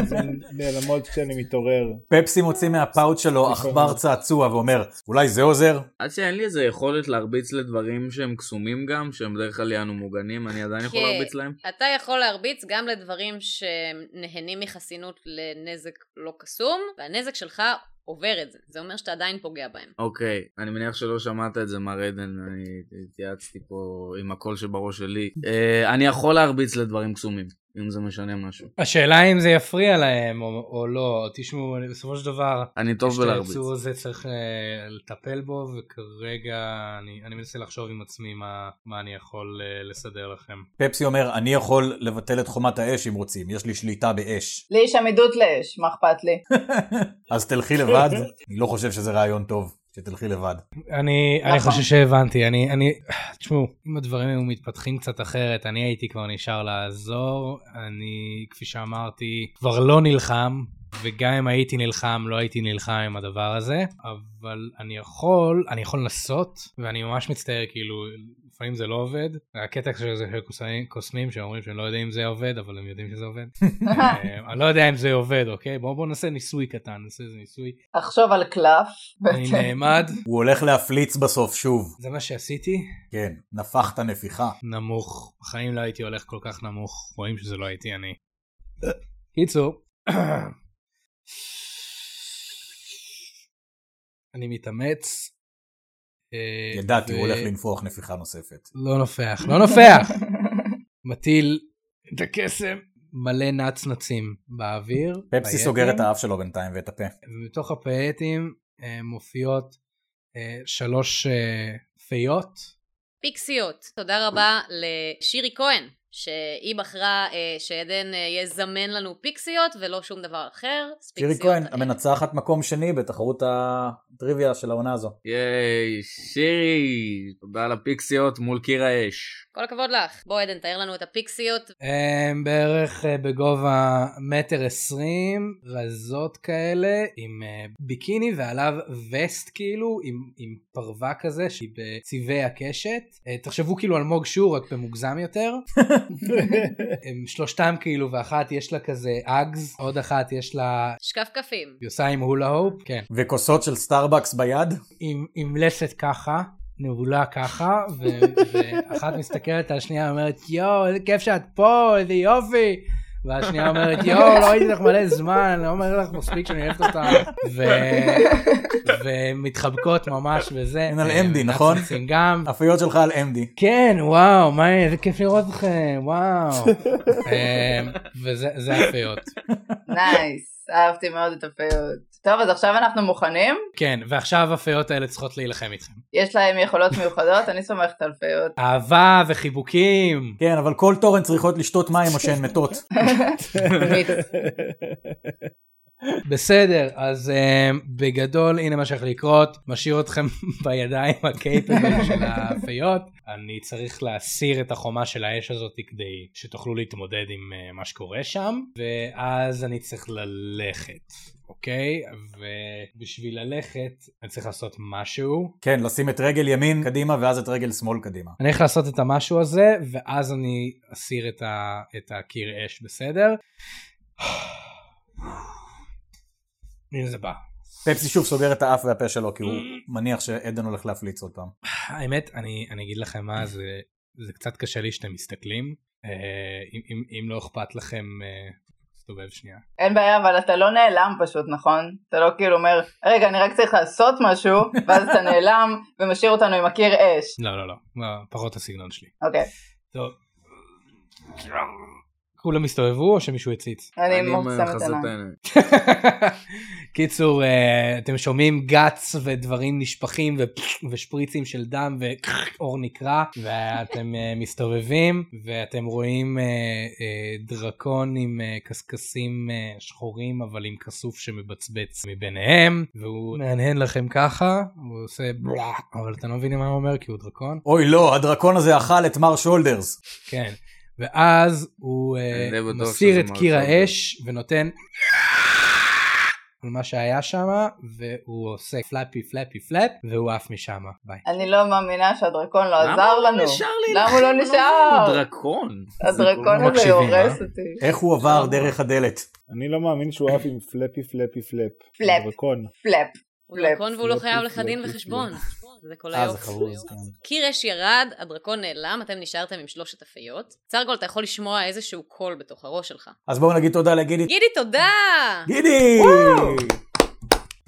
C: אז הן נעלמות כשאני מתעורר.
A: פפסי מוציא מהפאוט שלו עכבר צעצוע ואומר, אולי זה עוזר?
E: עד שאין לי איזה יכולת להרביץ לדברים שהם קסומים גם, שהם בדרך כלל יענו מוגנים, אני עדיין יכול
B: כן.
E: להרביץ להם?
B: אתה יכול להרביץ גם לדברים שנהנים מחסינות לנזק לא קסום, והנזק שלך עובר את זה. זה אומר שאתה עדיין פוגע בהם.
E: אוקיי, אני מניח שלא שמעת את זה, מר עדן, אני התייעצתי פה עם הקול שבראש שלי. אה, אני יכול להרביץ לדברים קסומים, אם זה משנה משהו.
F: השאלה אם זה יפריע להם או, או לא. תשמעו, אני- בסופו של דבר,
E: אני טוב
F: יש את
E: בלהרביץ.
F: היצור הזה צריך אה, לטפל בו, וכרגע אני, אני מנסה לחשוב עם עצמי מה, מה אני יכול אה, לסדר לכם.
A: פפסי אומר, אני יכול לבטל את חומת האש אם רוצים, יש לי שליטה באש.
D: לי יש עמידות לאש, מה אכפת לי?
A: אז תלכי לבד, אני לא חושב שזה רעיון טוב, שתלכי לבד.
F: אני, אני
D: נכון.
F: חושב שהבנתי, אני, אני, תשמעו, אם הדברים היו מתפתחים קצת אחרת, אני הייתי כבר נשאר לעזור, אני, כפי שאמרתי, כבר לא נלחם, וגם אם הייתי נלחם, לא הייתי נלחם עם הדבר הזה, אבל אני יכול, אני יכול לנסות, ואני ממש מצטער, כאילו, לפעמים זה לא עובד. הקטע של זה של קוסמים- קוסמים, שאומרים שהם לא יודעים אם זה עובד, אבל הם יודעים שזה עובד. אה, אני לא יודע אם זה עובד, אוקיי? בואו בוא נעשה ניסוי קטן, נעשה איזה ניסוי.
D: תחשוב על קלף.
F: אני נעמד,
A: הוא הולך להפליץ בסוף שוב.
F: זה מה שעשיתי.
A: כן, נפחת נפיחה.
F: אה, נמוך. בחיים לא הייתי הולך כל כך נמוך, רואים שזה לא הייתי אני. קיצור, אני מתאמץ. אה,
A: ידעתי,
F: ו-
A: הוא הולך לנפוח נפיחה נוספת.
F: לא נופח, לא נופח! מטיל את הקסם. מלא נצנצים באוויר.
A: פפסי
F: פייטים.
A: סוגר את האף שלו בינתיים ואת הפה.
F: ומתוך הפייטים אה, מופיעות אה, שלוש אה, פיות.
B: פיקסיות, תודה רבה לשירי כהן, שהיא בחרה אה, שעדן אה, יזמן לנו פיקסיות ולא שום דבר אחר. אז
A: שירי
B: פיקסיות
A: כהן,
B: האלה.
A: המנצחת מקום שני בתחרות הטריוויה של העונה הזו.
E: ייי, שירי, תודה על הפיקסיות מול קיר האש.
B: כל הכבוד לך. בוא עדן, תאר לנו את הפיקסיות.
F: הם בערך אה, בגובה מטר עשרים, רזות כאלה, עם אה, ביקיני ועליו וסט כאילו, עם, עם פרווה כזה שהיא בצבעי הקשת. אה, תחשבו כאילו אלמוג שור, רק במוגזם יותר. הם שלושתם כאילו, ואחת יש לה כזה אגז, עוד אחת יש לה...
B: שקפקפים.
F: היא עושה עם הולה הופ, כן.
A: וכוסות של סטארבקס ביד.
F: עם, עם לסת ככה, נעולה ככה, ו, ואחת מסתכלת על השנייה ואומרת, יואו, איזה כיף שאת פה, איזה יופי. והשנייה אומרת, יואו, לא ראיתי אותך מלא זמן, אני לא אומר לך מספיק שאני אוהבת אותך. ו... ומתחבקות ממש וזה. אה,
A: הן על MD, נכון?
F: נצנצים גם.
A: הפיות שלך על MD.
F: כן, וואו, מה, איזה כיף לראות אתכם, וואו. אמ, וזה זה הפיות.
D: נייס, אהבתי מאוד את הפיות. טוב, אז עכשיו אנחנו מוכנים?
F: כן, ועכשיו הפיות האלה צריכות להילחם איתכם.
D: יש להם יכולות מיוחדות, אני סומכת על פיות.
F: אהבה וחיבוקים.
A: כן, אבל כל תורן צריכות לשתות מים או שהן מתות.
F: בסדר, אז um, בגדול, הנה מה שהולך לקרות, משאיר אתכם בידיים הקייפבל של הפיות. אני צריך להסיר את החומה של האש הזאת כדי שתוכלו להתמודד עם uh, מה שקורה שם, ואז אני צריך ללכת, אוקיי? ובשביל ללכת, אני צריך לעשות משהו.
A: כן, לשים את רגל ימין קדימה ואז את רגל שמאל קדימה.
F: אני הולך לעשות את המשהו הזה, ואז אני אסיר את, ה, את הקיר אש, בסדר? הנה זה בא.
A: פפסי שוב סוגר את האף והפה שלו כי הוא מניח שעדן הולך להפליץ עוד פעם.
F: האמת, אני, אני אגיד לכם מה, זה, זה קצת קשה לי שאתם מסתכלים. אה, אם, אם, אם לא אכפת לכם, אה, תסתובב שנייה.
D: אין בעיה, אבל אתה לא נעלם פשוט, נכון? אתה לא כאילו אומר, רגע, אני רק צריך לעשות משהו, ואז אתה נעלם ומשאיר אותנו עם הקיר אש.
F: לא, לא, לא, לא פחות הסגנון שלי.
D: אוקיי,
F: טוב. כולם הסתובבו או שמישהו הציץ?
D: אני
E: מכסה
D: מוצמת
E: את
D: עיניים.
E: העיניים.
F: קיצור, אה, אתם שומעים גץ ודברים נשפכים ו- ושפריצים של דם ואור נקרע, ואתם אה, מסתובבים, ואתם רואים אה, אה, דרקון עם אה, קשקשים אה, שחורים, אבל עם כסוף שמבצבץ מביניהם, והוא מהנהן לכם ככה, הוא עושה בלה, אבל אתם לא מבינים מה הוא אומר כי הוא דרקון.
A: אוי לא, הדרקון הזה אכל את מר שולדרס.
F: כן. ואז הוא אה,
E: אני די בטוח
F: מסיר
E: שזה
F: את קיר
E: מערכון.
F: האש ונותן על מה שהיה שם, והוא עושה פלאפי פלאפי פלאפ, והוא עף משם. ביי.
D: אני לא מאמינה שהדרקון לא עזר
E: למה הוא
D: לנו.
E: נשאר
D: למה
E: להילחם?
D: הוא לא
E: הוא
D: נשאר?
E: דרקון.
F: לא
D: הדרקון הזה
F: מקשיבים,
D: הורס
F: אה?
D: אותי.
A: איך הוא
B: לא.
A: עבר דרך הדלת?
C: אני לא מאמין שהוא עף עם פלאפי פלאפי פלאפ.
D: פלאפ.
C: דרקון.
D: פלאפ.
B: הוא
D: פלאפ.
B: דרקון והוא לא
C: פלאפ,
B: חייב לך
C: פלאפ,
B: דין
C: פלאפ.
B: וחשבון. זה כל
A: אה, זה
B: היופי.
A: חרוז, כן.
B: קיר אש ירד, הדרקון נעלם, אתם נשארתם עם שלושת הפיות. צרגול, אתה יכול לשמוע איזשהו קול בתוך הראש שלך.
A: אז בואו נגיד תודה לגידי.
B: גידי, תודה!
A: גידי!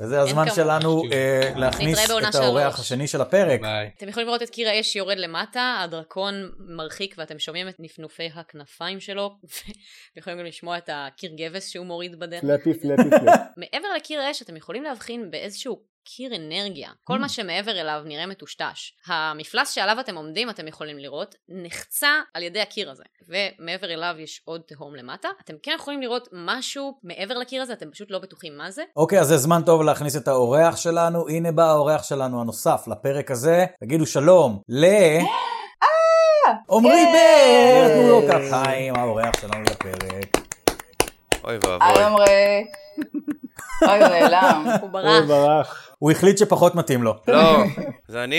A: וזה הזמן
B: כמוך.
A: שלנו אה, להכניס
B: נתראה בעונה
A: את האורח
B: שלוש.
A: השני של הפרק.
F: ביי.
B: אתם יכולים לראות את קיר האש יורד למטה, הדרקון מרחיק ואתם שומעים את נפנופי הכנפיים שלו, ואתם יכולים גם לשמוע את הקיר גבס שהוא מוריד בדרך.
C: פלאפי פלאפי פלאפ.
B: מעבר לקיר האש אתם יכולים להבחין באיזשהו קיר אנרגיה. כל מה שמעבר אליו נראה מטושטש. המפלס שעליו אתם עומדים, אתם יכולים לראות, נחצה על ידי הקיר הזה. ומעבר אליו יש עוד תהום למטה. אתם כן יכולים לראות משהו מעבר לקיר הזה, אתם פשוט לא בטוחים מה זה.
A: אוקיי, אז זה זמן טוב להכניס את האורח שלנו. הנה בא האורח שלנו הנוסף לפרק הזה. תגידו שלום ל... עמרי בר! תנו לו ככה עם האורח שלנו לפרק.
G: אוי
D: היי
G: ואבוי.
D: עמרי. אוי, הוא נעלם.
B: הוא
C: הוא
B: ברח.
C: ברח.
A: הוא החליט שפחות מתאים לו.
G: לא, זה אני.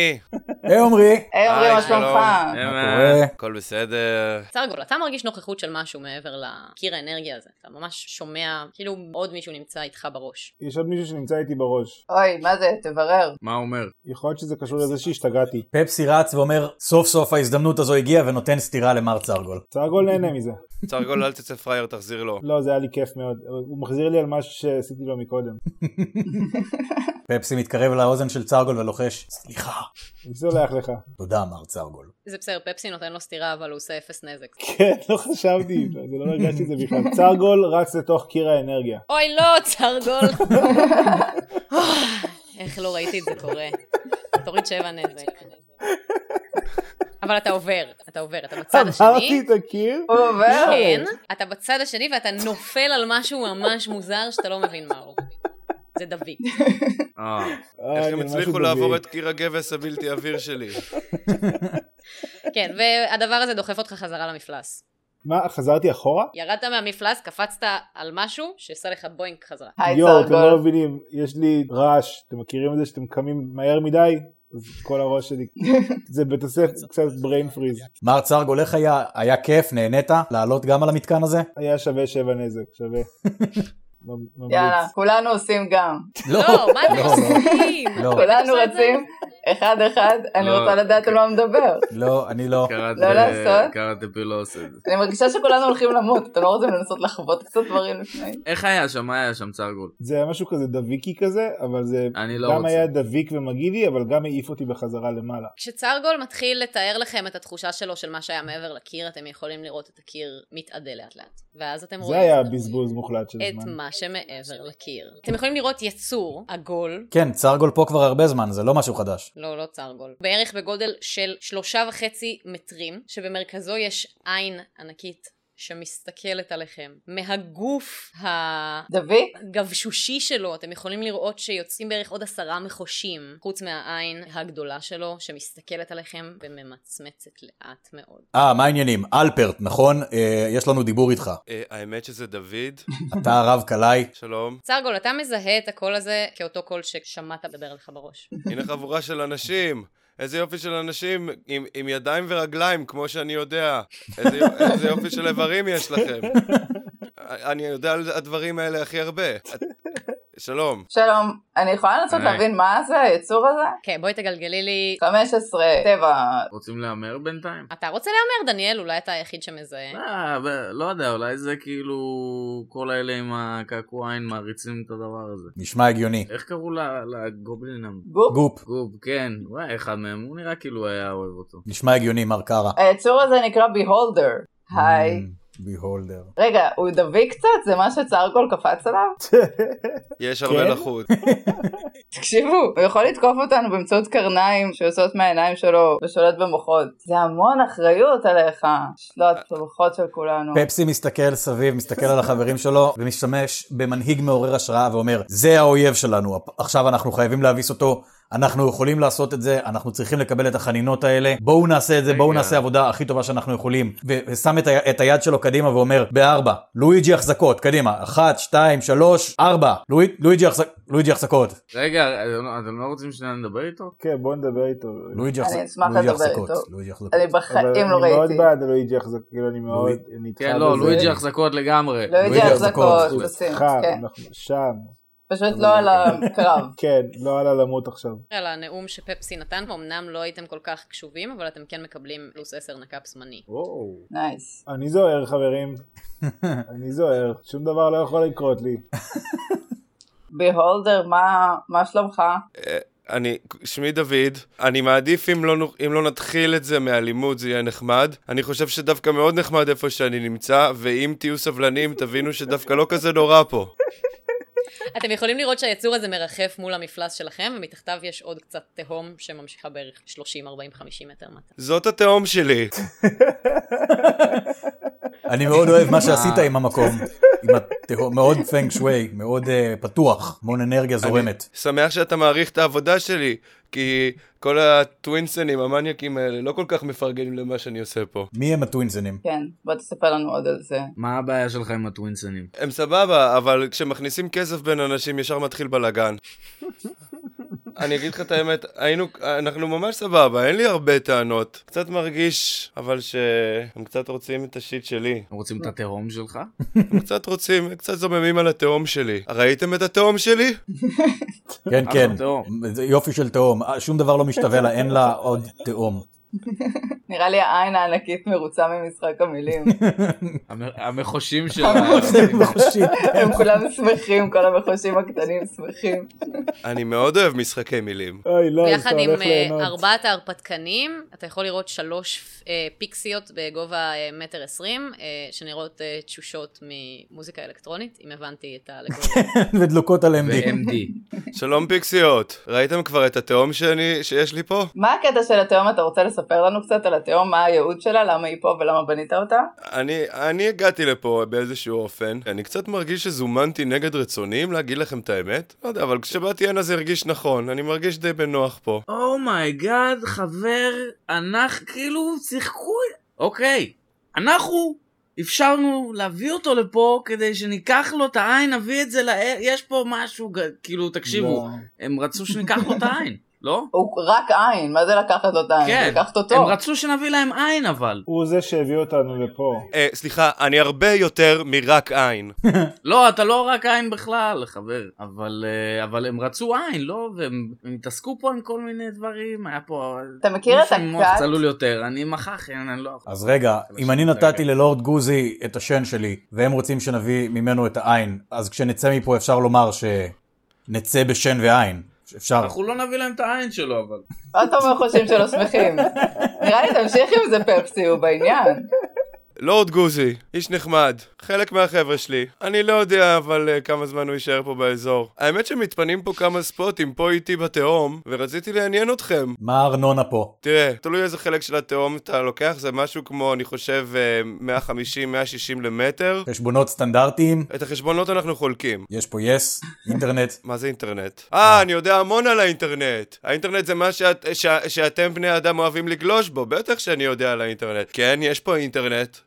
A: היי עמרי,
D: היי, אומרים, מה
G: היי, שלום.
D: שלומך?
A: מה קורה?
G: הכל בסדר.
B: צרגול, אתה מרגיש נוכחות של משהו מעבר לקיר האנרגיה הזה. אתה ממש שומע, כאילו עוד מישהו נמצא איתך בראש.
C: יש עוד מישהו שנמצא איתי בראש.
D: אוי, מה זה, תברר.
E: מה הוא אומר?
C: יכול להיות שזה קשור לזה שהשתגעתי.
A: פפסי רץ ואומר, סוף סוף ההזדמנות הזו הגיעה ונותן סטירה למר צרגול.
C: צרגול נהנה מזה.
G: צרגול, אל תצא פראייר, תחזיר לו.
C: לא, זה היה לי כיף מאוד. הוא מחזיר לי על משהו שעשיתי לו מקודם.
A: פפסי מתקרב לאוזן של צרגול ולוחש, סליחה.
C: אני סולח לך.
A: תודה, מר צרגול.
B: זה בסדר, פפסי נותן לו סטירה, אבל הוא עושה אפס נזק.
C: כן, לא חשבתי, לא, זה לא הרגשתי את זה בכלל. צרגול רץ לתוך קיר האנרגיה.
B: אוי לא, צרגול. איך לא ראיתי את זה קורה. תוריד שבע נזק. אבל אתה עובר, אתה עובר, אתה בצד
C: עברתי
B: השני.
C: את הקיר?
D: הוא
C: לא.
D: עובר?
B: כן, אתה בצד השני ואתה נופל על משהו ממש מוזר שאתה לא מבין מהו. זה דביק.
E: אה,
C: אה,
G: איך
C: אני
G: הם
C: ממש
G: הצליחו
C: בביעי.
G: לעבור את קיר הגבס הבלתי עביר שלי?
B: כן, והדבר הזה דוחף אותך חזרה למפלס.
C: מה, חזרתי אחורה?
B: ירדת מהמפלס, קפצת על משהו שעשה לך בוינג חזרה.
D: היי,
C: יואו, אתם לא
D: צרגול.
C: מבינים, יש לי רעש, אתם מכירים את זה שאתם קמים מהר מדי? אז כל הראש שלי, זה בית הספר, קצת brain freeze.
A: מר צרגול, איך היה? היה כיף? נהנית? לעלות גם על המתקן הזה?
C: היה שווה שבע נזק, שווה. ממ- ממליץ.
D: יאללה, כולנו עושים גם.
B: לא, מה אתם
A: לא, לא.
B: עושים?
A: לא.
D: כולנו רצים, אחד-אחד, אני
E: לא.
D: רוצה לדעת על מה הוא מדבר.
A: לא, אני לא.
E: קראת
D: לא לעשות.
E: קראת פיל לא עושה את זה.
D: אני מרגישה שכולנו הולכים למות, אתם לא רוצים לנסות לחוות קצת דברים לפני?
E: איך היה שם? מה היה שם צרגול?
C: זה היה משהו כזה דביקי כזה, אבל זה
E: אני לא
C: גם
E: רוצה.
C: היה דביק ומגעילי, אבל גם העיף אותי בחזרה למעלה.
B: כשצרגול מתחיל לתאר לכם את התחושה שלו של מה שהיה מעבר לקיר, אתם יכולים לראות את הקיר מתאדה לאט לאט. ואז אתם
C: זה
B: רואים
C: היה בזבוז מוחלט של
B: את
C: זמן.
B: מה שמעבר לקיר. אתם יכולים לראות יצור עגול.
A: כן, צרגול פה כבר הרבה זמן, זה לא משהו חדש.
B: לא, לא צרגול. בערך בגודל של שלושה וחצי מטרים, שבמרכזו יש עין ענקית שמסתכלת עליכם. מהגוף ה...
D: דבי?
B: גבשושי שלו, אתם יכולים לראות שיוצאים בערך עוד עשרה מחושים, חוץ מהעין הגדולה שלו, שמסתכלת עליכם וממצמצת לאט מאוד.
A: אה, מה העניינים? אלפרט, נכון? אה, יש לנו דיבור איתך.
G: אה, האמת שזה דוד,
A: אתה הרב קלעי.
G: שלום.
B: צרגול, אתה מזהה את הקול הזה כאותו קול ששמעת מדבר עליך בראש.
G: הנה חבורה של אנשים. איזה יופי של אנשים עם, עם ידיים ורגליים, כמו שאני יודע. איזה, יופ- איזה יופי של איברים יש לכם. אה, אני יודע על הדברים האלה הכי הרבה. את- שלום.
D: שלום, אני יכולה לנסות
E: היי.
D: להבין מה זה היצור הזה?
B: אוקיי, בואי תגלגלי לי...
D: 15, טבע,
E: רוצים להמר בינתיים?
B: אתה רוצה להמר, דניאל? אולי אתה היחיד שמזהה.
E: אה, אבל לא יודע, אולי זה כאילו כל האלה עם הקעקוע עין מעריצים את הדבר הזה.
A: נשמע הגיוני.
E: איך קראו ל- לגובלין
D: גוף.
A: גופ,
E: הגוב? כן, וואי, אחד מהם, הוא נראה כאילו היה אוהב אותו.
A: נשמע הגיוני, מר קארה.
D: היצור הזה נקרא בהולדר. היי.
A: Mm. ביהולדר.
D: רגע, הוא דבי קצת? זה מה שצרגול קפץ עליו?
G: יש הרבה
C: כן?
G: לחות.
D: תקשיבו, הוא יכול לתקוף אותנו באמצעות קרניים שיוצאות מהעיניים שלו ושולט במוחות. זה המון אחריות עליך, לשלוט במוחות של כולנו.
A: פפסי מסתכל סביב, מסתכל על החברים שלו, ומשתמש במנהיג מעורר השראה ואומר, זה האויב שלנו, הפ- עכשיו אנחנו חייבים להביס אותו, אנחנו יכולים לעשות את זה, אנחנו צריכים לקבל את החנינות האלה, בואו נעשה את זה, בואו
E: רגע.
A: נעשה עבודה הכי טובה שאנחנו יכולים. ו- ושם את, ה- את היד שלו קדימה ואומר, בארבע, לואיג'י החזקות, קדימה, אחת, שתיים, שלוש, ארבע, לואי- לואיג'י החזק- לואיג'י החזקות,
E: רגע, אתם- אתם לא רוצים שניה לדבר איתו?
C: כן, בוא נדבר איתו.
A: לואיג'י החזק-
D: אני אשמח
A: לואיג'י
D: לדבר
A: החזקות,
D: איתו.
A: לואיג'י החזקות.
D: אני
C: אבל
D: בחיים לא
C: אני מאוד
D: ראיתי.
C: בעד לואיג'י החזק, כאילו אני מאוד, אני איתך
E: כן, לא,
C: בזה.
E: לואיג'י החזקות לגמרי.
D: לא יודע
A: לואיג'י
D: החזקות,
A: החזקות,
D: עושים,
C: איתך,
D: כן.
C: אנחנו שם.
D: פשוט לא על הקרב.
C: כן, לא עלה למות עכשיו.
B: על הנאום שפפסי נתן, אמנם לא הייתם כל כך קשובים, אבל אתם כן מקבלים פלוס 10 נק"פ זמני.
E: וואו.
D: נייס.
C: אני זוהר, חברים. אני זוהר. שום דבר לא יכול לקרות לי.
D: בהולדר, מה- מה שלומך?
G: אה, אני, שמי דוד, אני מעדיף אם לא, נו- אם לא נתחיל את זה מאלימות זה יהיה נחמד. אני חושב שדווקא מאוד נחמד איפה שאני נמצא, ואם תהיו סבלניים תבינו שדווקא לא כזה נורא פה.
B: אתם יכולים לראות שהיצור הזה מרחף מול המפלס שלכם, ומתחתיו יש עוד קצת תהום שממשיכה בערך 30, 40, 50 מטר מטה.
G: זאת התהום שלי.
A: אני מאוד אוהב מה שעשית עם המקום. עם התהום, מאוד פנק שווי, מאוד אה, פתוח, המון אנרגיה זורמת.
G: שמח שאתה מעריך את העבודה שלי, כי כל הטווינסנים, המניאקים האלה, לא כל כך מפרגנים למה שאני עושה פה.
A: מי הם הטווינזנים?
D: כן, בוא תספר לנו עוד על זה.
E: מה הבעיה שלך עם הטווינסנים?
G: הם סבבה, אבל כשמכניסים כסף בין אנשים, ישר מתחיל בלאגן. אני אגיד לך את האמת, היינו, אנחנו ממש סבבה, אין לי הרבה טענות. קצת מרגיש, אבל שהם קצת רוצים את השיט שלי.
E: הם רוצים את התהום שלך?
G: הם קצת רוצים, הם קצת זוממים על התהום שלי. ראיתם את התהום שלי?
A: כן,
E: אחלה
A: כן,
E: אה, תהום.
A: זה יופי של תהום, אה, שום דבר לא משתווה לה, אין לה עוד תהום.
D: נראה לי העין הענקית מרוצה ממשחק המילים.
E: המ- המחושים שלה.
A: מחושית.
D: הם כולם שמחים, כל המחושים הקטנים שמחים.
G: אני מאוד אוהב משחקי מילים.
C: אוי, לא, אז אתה
B: ביחד עם
C: הולך
B: אה,
C: ליהנות.
B: ארבעת ההרפתקנים, אתה יכול לראות שלוש אה, פיקסיות בגובה אה, מטר עשרים, אה, שנראות אה, תשושות ממוזיקה אלקטרונית, אם הבנתי את הלגון.
A: ודלוקות על MD.
E: ו-MD.
G: שלום פיקסיות, ראיתם כבר את התהום שאני, שיש לי פה?
D: מה הקטע של התהום? אתה רוצה לספר לנו קצת על התהום, מה הייעוד שלה, למה היא פה ולמה בנית אותה?
G: אני, אני הגעתי לפה באיזשהו אופן, אני קצת מרגיש שזומנתי נגד רצוני, אם להגיד לכם את האמת. לא יודע, אבל כשבאתי הנה זה הרגיש נכון, אני מרגיש די בנוח פה.
E: אומייגאד, Oh חבר, אנחנו כאילו שיחקו... אוקיי, אנחנו אפשרנו להביא אותו לפה כדי שניקח לו את העין, נביא את זה ל... יש פה משהו, ג- כאילו,
D: לא.
E: תקשיבו, הם רצו שניקח לו את העין, לא?
D: הוא רק עין, מה זה לקחת לו את העין?
E: כן,
D: לקחת אה, אותו.
E: הם רצו שנביא להם עין אבל.
C: הוא זה שהביא אותנו לפה.
G: אה, סליחה, אני הרבה יותר מרק עין.
E: לא, אתה לא רק עין בכלל, חבר. אבל, אה, אבל הם רצו עין, לא? והם הם התעסקו פה עם כל מיני דברים, היה פה...
D: אתה מכיר את
E: מישהו עם מוח
D: הכת?
E: צלול יותר, אני מח"כ, אני לא... יכול.
A: אז רגע, אם אני נתתי
E: רגע.
A: ללורד גוזי את השן שלי, והם רוצים שנביא ממנו את העין, אז כשנצא מפה אפשר לומר שנצא בשן ועין. אפשר.
E: אנחנו לא נביא להם את העין שלו, אבל...
D: עוד פעם המחושים שלו שמחים. נראה לי תמשיך עם זה פפסי, הוא בעניין.
G: לורד גוזי, איש נחמד, חלק מהחבר'ה שלי. אני לא יודע אבל uh, כמה זמן הוא יישאר פה באזור. האמת שמתפנים פה כמה ספוטים פה איתי בתהום, ורציתי לעניין אתכם.
A: מה הארנונה פה?
G: תראה, תלוי איזה חלק של התהום אתה לוקח, זה משהו כמו, אני חושב, אה, 150-160 למטר.
A: חשבונות סטנדרטיים?
G: את החשבונות אנחנו חולקים.
A: יש פה יס, אינטרנט.
G: מה זה אינטרנט? אה, אני יודע המון על האינטרנט. האינטרנט זה מה שאת, ש, שאתם בני האדם אוהבים לגלוש בו, בטח שאני יודע על האינטרנט. כן, יש פה אינטרנט.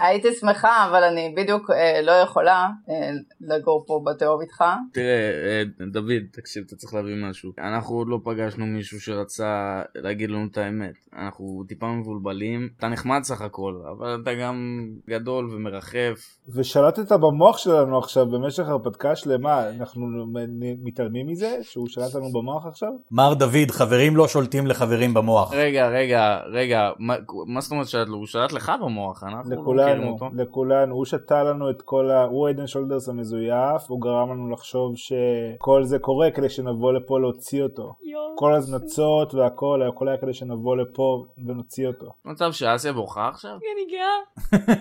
D: הייתי שמחה, אבל אני בדיוק אה, לא יכולה אה, לגור פה בתהום איתך.
E: תראה, אה, דוד, תקשיב, אתה צריך להבין משהו. אנחנו עוד לא פגשנו מישהו שרצה להגיד לנו את האמת. אנחנו טיפה מבולבלים. אתה נחמד סך הכל, אבל אתה גם גדול ומרחף.
C: ושלטת במוח שלנו עכשיו במשך הרפתקה שלמה, אנחנו נ- מתעלמים מזה שהוא שלט לנו במוח עכשיו?
A: מר דוד, חברים לא שולטים לחברים במוח.
E: רגע, רגע, רגע, מה, מה זאת אומרת שלט לו? הוא שלט לך במוח, אנחנו לא מכירים
C: לכולנו,
E: אותו.
C: לכולנו, הוא שתה לנו את כל ה... הוא עדן שולדרס המזויף, הוא גרם לנו לחשוב שכל זה קורה כדי שנבוא לפה להוציא אותו. כל הזנצות והכל, הכל היה כדי שנבוא לפה ונוציא אותו.
E: מצב שאסיה בוכה עכשיו? אני גאה.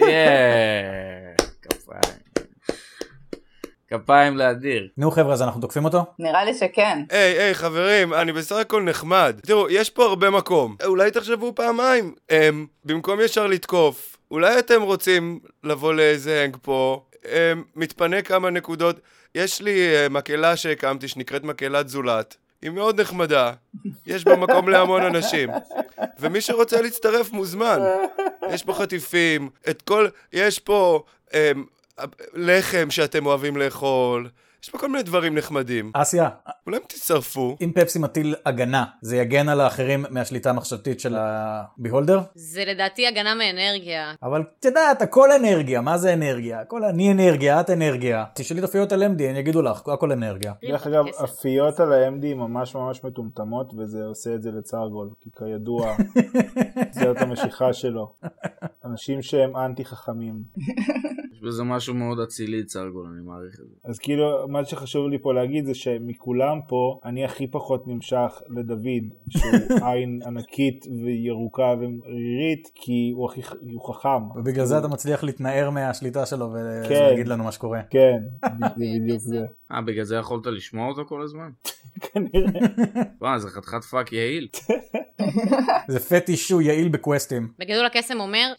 E: יאה, כפיים. כפיים לאדיר.
A: נו חבר'ה, אז אנחנו תוקפים אותו?
D: נראה לי שכן.
G: היי, היי, חברים, אני בסך הכל נחמד. תראו, יש פה הרבה מקום. אולי תחשבו פעמיים. אמ, במקום ישר לתקוף, אולי אתם רוצים לבוא לאיזה הנג פה, אמ, מתפנה כמה נקודות. יש לי אה, מקהלה שהקמתי שנקראת מקהלת זולת. היא מאוד נחמדה, יש בה מקום להמון אנשים. ומי שרוצה להצטרף מוזמן. יש פה חטיפים, את כל... יש פה אמ, לחם שאתם אוהבים לאכול. יש פה כל מיני דברים נחמדים.
A: אסיה,
G: אולי הם תצטרפו?
A: אם פפסי מטיל הגנה, זה יגן על האחרים מהשליטה המחשבתית של הביהולדר?
B: זה לדעתי הגנה מאנרגיה.
A: אבל את יודעת, הכל אנרגיה, מה זה אנרגיה? הכל אני אנרגיה, את אנרגיה. תשאלי את הפיות על MD, הם יגידו לך, הכל אנרגיה.
C: דרך אגב,
B: כסף.
C: הפיות על ה-MD ממש ממש מטומטמות, וזה עושה את זה לצרגול, כי כידוע, זאת המשיכה שלו. אנשים שהם אנטי חכמים.
E: יש בזה משהו מאוד אצילי, צרגול, אני מעריך את זה.
C: אז כאילו, מה שחשוב לי פה להגיד זה שמכולם פה, אני הכי פחות נמשך לדוד, שהוא עין ענקית וירוקה ורירית, כי הוא הכי ח- הוא חכם.
A: ובגלל זה אתה מצליח להתנער מהשליטה שלו
C: כן.
A: ולהגיד לנו מה שקורה.
C: כן, זה בדיוק זה.
E: אה, בגלל זה יכולת לשמוע אותו כל הזמן?
C: כנראה.
E: וואי, זה חתיכת פאק יעיל.
A: זה פטיש שהוא יעיל בקווסטים.
B: בגדול הקסם אומר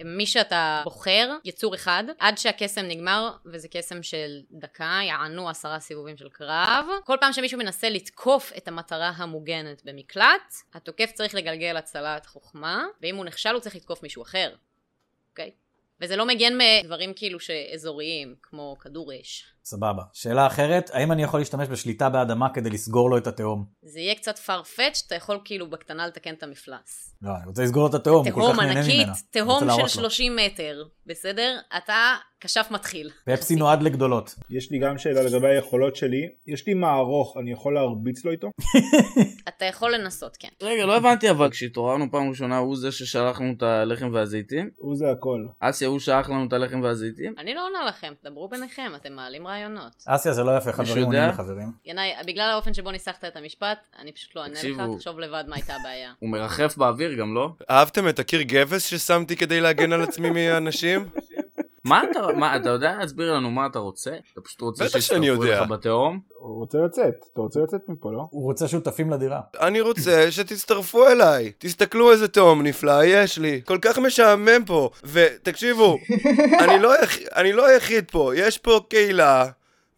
B: שמי שאתה בוחר, יצור אחד, עד שהקסם נגמר, וזה קסם של דקה, יענו עשרה סיבובים של קרב. כל פעם שמישהו מנסה לתקוף את המטרה המוגנת במקלט, התוקף צריך לגלגל הצלת חוכמה, ואם הוא נכשל הוא צריך לתקוף מישהו אחר. אוקיי? וזה לא מגן מדברים כאילו שאזוריים, כמו כדור אש.
A: סבבה. שאלה אחרת, האם אני יכול להשתמש בשליטה באדמה כדי לסגור לו את התהום?
B: זה יהיה קצת farfetch, אתה יכול כאילו בקטנה לתקן את המפלס.
A: לא, אני רוצה לסגור לו את התהום, הוא כל
B: תהום
A: כך נהנה ממנה.
B: ענקית,
A: אני רוצה
B: תהום של
A: להראות לו.
B: 30 מטר, בסדר? אתה כשף מתחיל.
A: פפסי נועד לגדולות.
C: יש לי גם שאלה לגבי היכולות שלי. יש לי מערוך, אני יכול להרביץ לו איתו?
B: אתה יכול לנסות, כן.
E: רגע, לא הבנתי אבל כשהתעוררנו פעם ראשונה הוא זה ששלחנו את הלחם והזיתים?
C: הוא זה הכל.
E: אסיה הוא שלח לנו את הלחם והזיתים?
B: אני לא עונה לכם, דברו ביניכם, אתם מעלים רעיונות.
A: אסיה זה לא יפה, חברים
E: יודע?
A: עונים לחברים.
B: ינאי, בגלל האופן שבו ניסחת את המשפט, אני פשוט לא אענה לך,
E: תקשיבו.
B: תחשוב לבד מה הייתה הבעיה.
E: הוא מרחף באוויר גם, לא?
G: אהבתם את הקיר גבס ששמתי כדי להגן על עצמי מאנשים?
E: מה אתה, מה, אתה יודע להסביר לנו מה אתה רוצה? אתה פשוט רוצה
G: בטח שאני יודע.
E: לך בתהום?
C: הוא רוצה לצאת. אתה רוצה לצאת מפה, לא?
A: הוא רוצה שותפים לדירה.
G: אני רוצה שתצטרפו אליי. תסתכלו איזה תהום נפלא יש לי. כל כך משעמם פה. ותקשיבו, אני, לא היח... אני לא היחיד פה. יש פה קהילה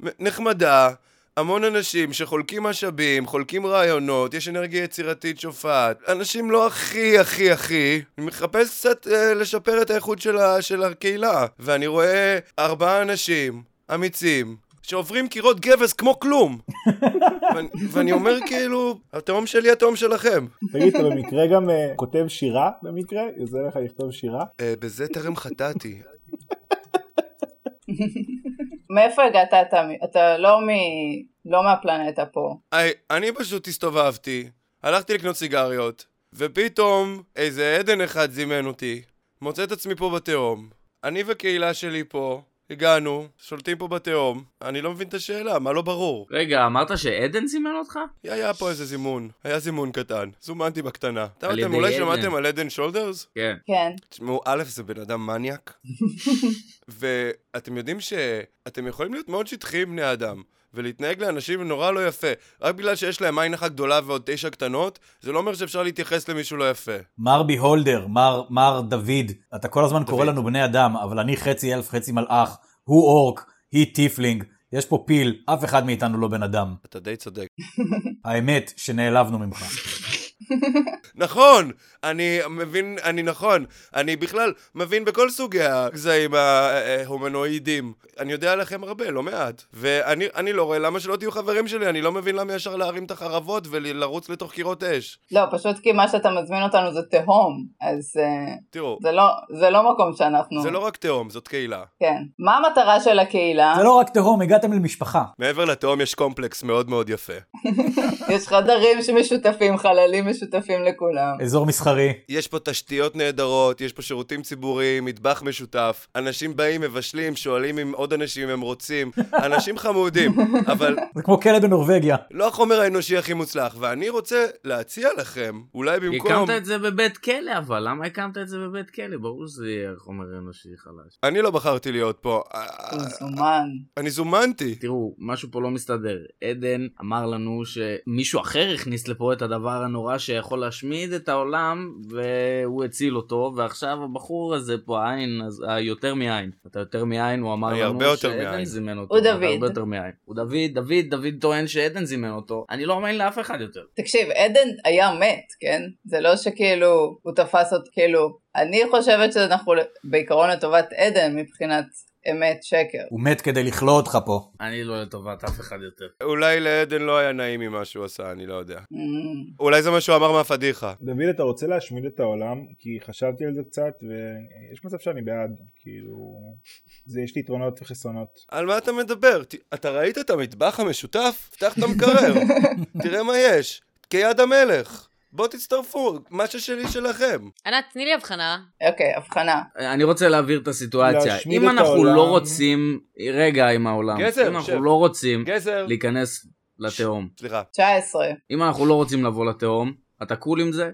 G: מ- נחמדה, המון אנשים שחולקים משאבים, חולקים רעיונות, יש אנרגיה יצירתית שופעת. אנשים לא הכי הכי הכי. אני מחפש קצת אה, לשפר את האיכות של, ה... של הקהילה. ואני רואה ארבעה אנשים אמיצים. שעוברים קירות גבס כמו כלום. ואני- ואני אומר כאילו, התהום שלי התהום שלכם.
C: תגיד, אתה במקרה גם אה, כותב שירה במקרה? יוצא לך לכתוב שירה?
G: אה, בזה טרם חטאתי.
D: מאיפה הגעת אתה? אתה לא מ... לא מהפלנטה פה.
G: היי, אני פשוט הסתובבתי, הלכתי לקנות סיגריות, ופתאום איזה עדן אחד זימן אותי, מוצא את עצמי פה בתהום. אני וקהילה שלי פה, הגענו, שולטים פה בתהום, אני לא מבין את השאלה, מה לא ברור?
E: רגע, אמרת שעדן זימן אותך?
G: היה פה איזה זימון, היה זימון קטן, זומנתי בקטנה.
E: על
G: אתם
E: ידי
G: אולי
E: עדן.
G: שמעתם על עדן שולדרס?
E: כן.
D: כן.
G: תשמעו, א', זה בן אדם מניאק, ואתם יודעים שאתם יכולים להיות מאוד שטחיים בני אדם, ולהתנהג לאנשים נורא לא יפה. רק בגלל שיש להם עין אחת גדולה ועוד תשע קטנות, זה לא אומר שאפשר להתייחס למישהו לא יפה.
A: מרבי הולדר, מר, מר דוד, אתה כל הזמן קורא לנו בני אדם, אבל אני חצי אלף, חצי מלאך, הוא אורק, היא טיפלינג, יש פה פיל, אף אחד מאיתנו לא בן אדם.
G: אתה די צודק.
A: האמת שנעלבנו ממך.
G: נכון! אני מבין, אני נכון. אני בכלל מבין בכל סוגי הגזעים ההומנואידים. אני יודע עליכם הרבה, לא מעט. ואני אני לא רואה למה שלא תהיו חברים שלי, אני לא מבין למה ישר להרים את החרבות ולרוץ לתוך קירות אש.
D: לא, פשוט כי מה שאתה מזמין אותנו זה תהום, אז אה,
G: תראו,
D: זה לא, זה לא מקום שאנחנו...
G: זה לא רק תהום, זאת קהילה.
D: כן. מה המטרה של הקהילה?
A: זה לא רק תהום, הגעתם למשפחה.
G: מעבר לתהום יש קומפלקס מאוד מאוד יפה. לא-
D: יש חדרים שמשותפים, חללים משותפים לכולם.
A: אזור מסחרי.
G: יש פה תשתיות נהדרות, יש פה שירותים ציבוריים, מטבח משותף, אנשים באים, מבשלים, שואלים אם עוד אנשים הם רוצים, אנשים חמודים, אבל
A: זה כמו כלא בנורבגיה.
G: לא החומר האנושי הכי מוצלח, ואני רוצה להציע לכם, אולי במקום...
E: הקמת את זה בבית כלא אבל, למה הקמת את זה בבית כלא? ברור שזה יהיה חומר אנושי חלש.
G: אני לא בחרתי להיות פה, אה,
D: הוא זומן.
G: אני זומנתי.
E: תראו, משהו פה לא מסתדר. עדן אמר לנו שמישהו אחר הכניס לפה את הדבר הנורא שיכול להשמיד את העולם, והוא הציל אותו, ועכשיו הבחור הזה פה, העין, אז- היותר מעין. אתה יותר מעין, הוא אמר
G: אני
E: לנו
G: הרבה יותר
E: שעדן
G: מעין.
E: זימן אותו.
D: הוא
E: אתה
D: דוד.
E: הרבה יותר מעין. הוא דוד, דוד, דוד טוען שעדן זימן אותו. אני לא מאמין לאף אחד יותר.
D: תקשיב, עדן היה מת, כן? זה לא שכאילו, הוא תפס אותו, כאילו, אני חושבת שאנחנו בעיקרון לטובת עדן מבחינת אמת שקר.
A: הוא מת כדי לכלוא אותך פה.
E: אני לא לטובת אף אחד יותר.
G: אולי לעדן לא היה נעים ממה שהוא עשה, אני לא יודע.
D: Mm,
G: אולי זה מה שהוא אמר מהפדיחה.
C: דוד, אתה רוצה להשמיד את העולם? כי חשבתי על זה קצת, ויש מצב שאני בעד. כאילו... זה יש לי יתרונות וחסרונות.
G: על מה אתה מדבר? ת... אתה ראית את המטבח המשותף? פתח את המקרר, תראה מה יש. כיד המלך. בואו תצטרפו, מה ששלי שלכם.
B: ענת, תני לי הבחנה.
D: אוקיי, הבחנה.
E: אני רוצה להבהיר את הסיטואציה.
C: להשמיד
E: אם
C: את
E: אנחנו
C: העולם.
E: לא רוצים, רגע עם העולם,
G: גזר,
E: אם
G: שב.
E: אנחנו לא רוצים
G: גזר.
E: להיכנס לתהום,
G: סליחה.
D: 19.
E: אם אנחנו לא רוצים לבוא לתהום, אתה קול עם זה?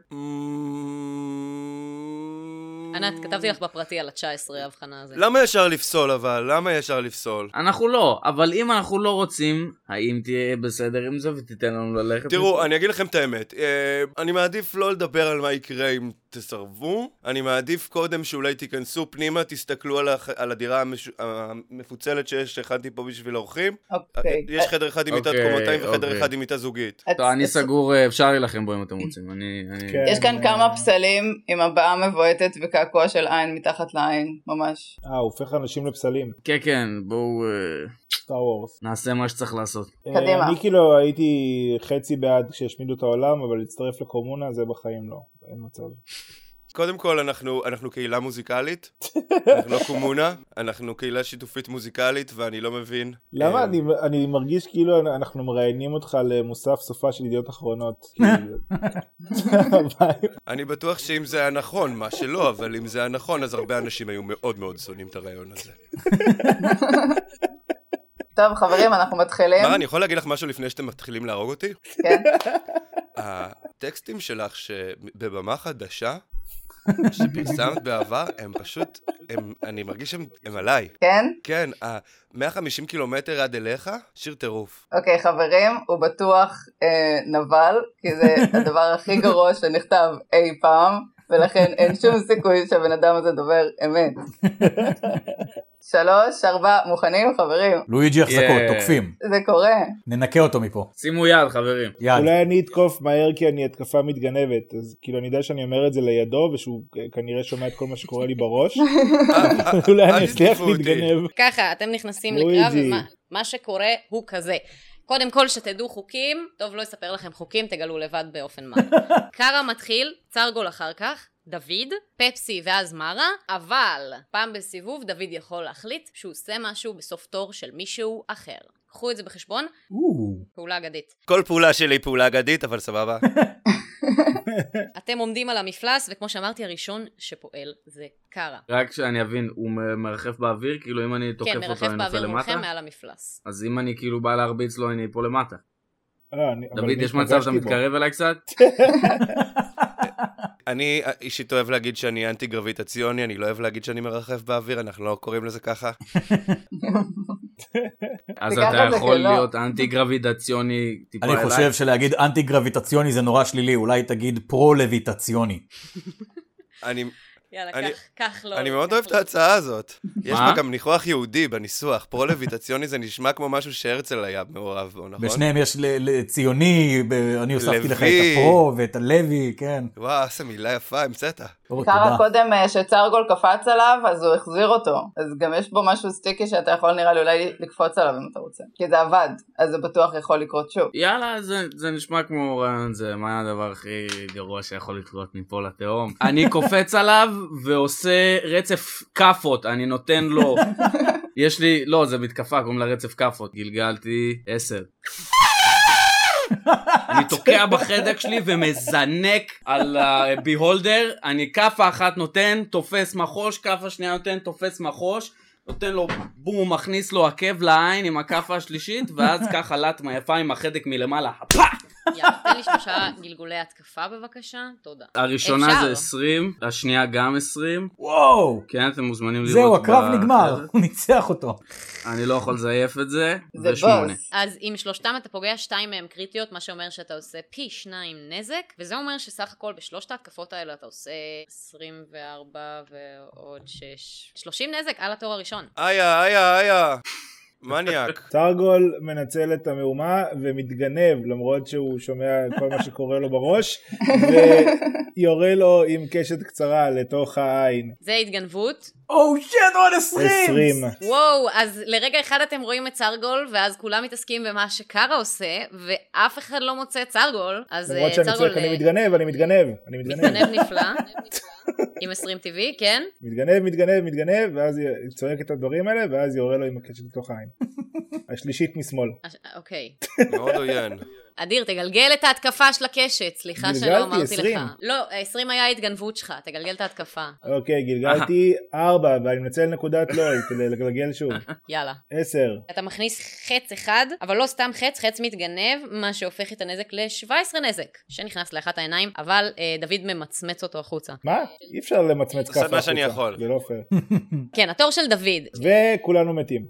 B: ענת, כתבתי לך בפרטי על ה-19 ההבחנה הזאת.
G: למה ישר לפסול אבל? למה ישר לפסול?
E: אנחנו לא, אבל אם אנחנו לא רוצים, האם תהיה בסדר עם זה ותיתן לנו ללכת?
G: תראו, אני אגיד לכם את האמת. אה, אני מעדיף לא לדבר על מה יקרה אם תסרבו. אני מעדיף קודם שאולי תיכנסו פנימה, תסתכלו על, הח... על הדירה המש... המפוצלת שיש, שהכנתי פה בשביל האורחים.
D: אוקיי.
G: אה, יש חדר אחד עם מיטת
E: אוקיי,
G: קומותיים וחדר
E: אוקיי.
G: אחד עם מיטה זוגית.
D: את-
E: טוב, אני
D: את-
E: סגור, אה, אפשר להילחם בו אם אתם רוצים. אני... אני-
C: כן.
D: יש כאן כמה פסלים עם הבעה מבועטת וקעקוע של עין מתחת לעין, ממש.
C: אה, הוא הופך אנשים לפסלים.
E: כן, כן, בואו אה,
C: סטאר וורס.
E: נעשה מה שצריך לעשות.
D: קדימה.
C: אני כאילו הייתי חצי בעד כשהשמידו את העולם, אבל להצטרף לקומונה זה בחיים לא. אין מצב.
G: קודם כל, אנחנו, אנחנו קהילה מוזיקלית, אנחנו לא קומונה, אנחנו קהילה שיתופית מוזיקלית, ואני לא מבין.
C: למה
G: אה,
C: אני, אני מרגיש כאילו אנ- אנחנו מראיינים אותך למוסף סופה של ידיעות אחרונות. כאילו.
G: אני בטוח שאם זה היה נכון, מה שלא, אבל אם זה היה נכון, אז הרבה אנשים היו מאוד מאוד שונאים את הרעיון הזה.
D: טוב, חברים, אנחנו מתחילים.
G: מר, אני יכול להגיד לך משהו לפני שאתם מתחילים להרוג אותי?
D: כן.
G: הטקסטים שלך שבבמה חדשה, שפרסמת בעבר, הם פשוט, הם, אני מרגיש שהם הם עליי.
D: כן?
G: כן, ה-150 קילומטר עד אליך, שיר טירוף.
D: אוקיי, חברים, הוא בטוח אה, נבל, כי זה הדבר הכי גרוע שנכתב אי פעם, ולכן אין שום סיכוי שהבן אדם הזה דובר אמת. שלוש, ארבע, מוכנים, חברים?
A: לואיג'י החזקות,
E: Yeah.
A: תוקפים.
D: זה קורה.
A: ננקה אותו מפה.
E: שימו יד, חברים.
A: יאללה.
C: אולי אני אתקוף מהר כי אני התקפה מתגנבת, אז כאילו אני יודע שאני אומר את זה לידו ושהוא אה, כנראה שומע את כל מה שקורה לי בראש, אולי
G: אל
C: אני אצליח
G: תתקפו אותי.
C: להתגנב.
B: ככה, אתם נכנסים
C: לואיג'י.
B: לקרב, ומה מה שקורה הוא כזה. קודם כל שתדעו חוקים, טוב לא אספר לכם חוקים, תגלו לבד באופן מר. קארה מתחיל, צרגול אחר כך, דוד, פפסי ואז מרה, אבל פעם בסיבוב דוד יכול להחליט שהוא עושה משהו בסוף תור של מישהו אחר. קחו את זה בחשבון,
A: או.
B: פעולה אגדית.
G: כל פעולה שלי היא פעולה אגדית, אבל סבבה.
B: אתם עומדים על המפלס, וכמו שאמרתי, הראשון שפועל זה קארה.
E: רק שאני אבין, הוא מ- מרחף באוויר? כאילו אם אני תוקף
B: כן,
E: אותו
B: מרחף
E: אני נופל
B: באוויר
E: למטה?
B: מולכם מעל המפלס.
E: אז אם אני כאילו בא להרביץ לו, אני פה למטה.
C: אה, אני- אבל
E: דוד,
C: אני
E: יש מצב
C: התפגשתי
E: שאתה
C: בו.
E: מתקרב אליי קצת?
G: אני אה, אישית אוהב להגיד שאני אנטי גרביטציוני, אני לא אוהב להגיד שאני מרחף באוויר, אנחנו לא קוראים לזה ככה.
E: אז
D: תיקח
E: אתה
D: את זה
E: יכול
C: לא.
D: כלא.
E: להיות אנטי גרבידציוני טיפה
A: אני
E: אליי?
A: חושב שלהגיד אנטי גרביטציוני זה נורא שלילי, אולי תגיד פרו לויטציוני.
G: אני
B: יאללה, לא-
G: אני-
B: קח, קח לו.
G: אני מאוד
B: קח
G: אוהב
B: לו.
G: את ההצעה הזאת. יש בה
E: מה?
G: גם ניחוח יהודי בניסוח. פרו-לויטציוני זה נשמע כמו משהו שהרצל היה מעורב בו, נכון?
A: בשניהם יש ל- ל- ציוני, ב- אני הוספתי לך
G: לוי.
A: את הפרו ואת הלוי, כן.
G: וואו, איזה מילה יפה, המצאת.
A: אור,
D: קארה
A: אוקיי, תודה.
D: קודם אה, שצרגול קפץ עליו, אז הוא החזיר אותו. אז גם יש בו משהו סטיקי שאתה יכול נראה לי אולי לקפוץ עליו אם אתה רוצה. כי זה עבד, אז זה בטוח יכול לקרות שוב.
E: יאללה, זה, זה נשמע כמו רעיון זה, מה הדבר הכי גרוע שיכול לקרות מפה לתהום? אני קופץ עליו ועושה רצף כאפות, אני נותן לו. יש לי, לא, זה מתקפה, קוראים לה רצף כאפות. גלגלתי עשר. אני תוקע בחדק שלי ומזנק על הביהולדר, אני כאפה אחת נותן, תופס מחוש, כאפה שנייה נותן, תופס מחוש, נותן לו בום, מכניס לו עקב לעין עם הכאפה השלישית, ואז ככה לטמה יפה עם החדק מלמעלה, פאק!
B: יאללה, תן לי שלושה גלגולי התקפה בבקשה, תודה.
E: הראשונה
B: אפשר.
E: זה 20, השנייה גם 20.
A: וואו,
E: כן, אתם מוזמנים לראות.
A: זהו, הקרב
E: ב-
A: נגמר, הוא ניצח אותו.
E: אני לא יכול לזייף את זה.
D: זה
E: ושמונה.
D: בוס.
B: אז עם שלושתם אתה פוגע שתיים מהם קריטיות, מה שאומר שאתה עושה פי שניים נזק, וזה אומר שסך הכל בשלושת ההתקפות האלה אתה עושה 24 ועוד 6... 30 נזק על התור הראשון.
G: איה, איה, איה. מניאק.
C: סרגול מנצל את המהומה ומתגנב למרות שהוא שומע כל מה שקורה לו בראש ויורה לו עם קשת קצרה לתוך העין.
B: זה התגנבות.
A: או שט, עוד עשרים!
C: 20.
B: וואו, אז לרגע אחד אתם רואים את צרגול, ואז כולם מתעסקים במה שקארה עושה, ואף אחד לא מוצא את צרגול, אז אה,
C: למרות שאני
B: צרגול
C: צועק אני
B: אה,
C: מתגנב אני מתגנב אני מתגנב
B: מתגנב נפלא, עם 20 טבעי, כן?
C: מתגנב מתגנב מתגנב ואז היא צועק את הדברים האלה ואז יורה לו עם הקשת לתוך העין. השלישית משמאל.
B: אה, אוקיי.
G: מאוד עוין.
B: אדיר, תגלגל את ההתקפה של הקשת, סליחה שלא
C: גלגלתי,
B: אמרתי לך.
C: 20.
B: לא, 20 היה ההתגנבות שלך, תגלגל את ההתקפה.
C: אוקיי, גלגלתי 4, ואני מנצל נקודת לוי כדי לגלגל שוב.
B: יאללה.
C: 10.
B: אתה מכניס חץ אחד, אבל לא סתם חץ, חץ מתגנב, מה שהופך את הנזק ל-17 נזק, שנכנס לאחת העיניים, אבל אה, דוד ממצמץ אותו החוצה.
C: מה? אי אפשר למצמץ ככה
G: עושה
C: החוצה.
G: מה שאני יכול.
C: זה לא פייר.
B: כן, התור של דוד.
C: וכולנו מתים.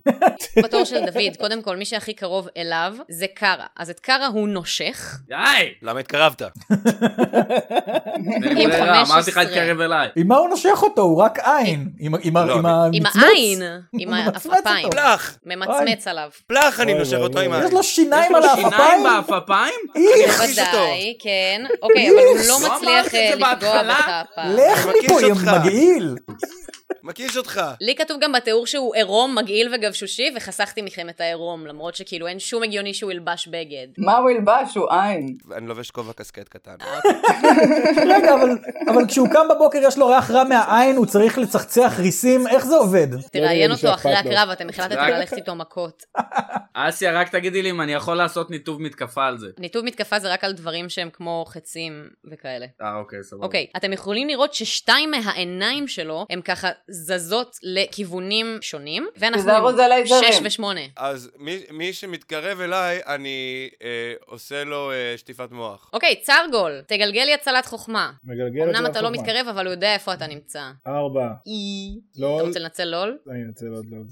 B: בתור של דוד, קודם כל, מי שהכי קרוב אליו זה קארה. אז את קארה הוא נושך.
E: די!
G: למה התקרבת?
E: אין לי
B: עם
E: ברירה, אמרתי לך
B: 15.
E: להתקרב אליי.
A: עם מה הוא נושך אותו? הוא רק עין. עם ה- עם ה-
G: לא,
A: עם
B: עם
A: המצמץ.
B: העין, עם
A: הוא מצמצם
B: העפעפיים.
A: אותו.
G: פלח!
B: ממצמץ עליו.
G: פלח אני
C: אוי,
G: נושך
C: אוי,
G: אותו
C: אוי.
G: עם
A: יש
G: העין.
A: לו שיניים
E: יש
A: על
E: לו שיניים
A: העפעפיים?
E: באפפיים?
G: איך? מכחיש אותו.
B: בוודאי, כן. אוקיי, אבל הוא לא
E: לא
B: מצליח
E: אמרתי את זה
B: אה, לפגוע
E: בהתחלה.
B: בך הפעם.
A: לך
G: מקיש
A: מפה, יא
G: אותך.
A: מגעיל.
G: מקיש אותך.
B: לי כתוב גם בתיאור שהוא עירום, מגעיל וגבשושי, וחסכתי מכם את העירום, למרות שכאילו אין שום הגיוני שהוא ילבש בגד.
D: מה הוא ילבש? הוא עין.
G: אני לובש כובע קסקט קטן.
A: רגע, אבל- אבל כשהוא קם בבוקר יש לו ריח רע מהעין, הוא צריך לצחצח ריסים, איך זה עובד?
B: תראיין
C: לא לי
B: אותו אחרי
C: שאכפת לו.
B: הקרב, אתם החלטתם
E: רק-
B: ללכת איתו מכות.
E: אסיה, רק תגידי לי אם אני יכול לעשות ניתוב מתקפה על זה.
B: ניתוב מתקפה זה רק על דברים שהם כמו חצים וכאלה.
E: אה, אוקיי, סבבה.
B: אוקיי, אתם יכולים לראות ששתיים מהעיניים שלו הם ככה זזות לכיוונים שונים, ואנחנו
D: תיזהרו, זה לייזרים.
B: שש ושמונה.
G: אז מי, מי שמתקרב אליי, אני אה, עושה לו אה, שטיפת מוח.
B: אוקיי, צרגול, תגלגל לי הצלת חוכמה.
C: מגלגל את זה
B: אמנם אתה לא
C: לחוכמה.
B: מתקרב, אבל הוא יודע איפה אתה נמצא.
C: 4.
B: אי. אתה
C: לול.
B: רוצה לנצל לול?
C: לא אני אנצל עוד לול.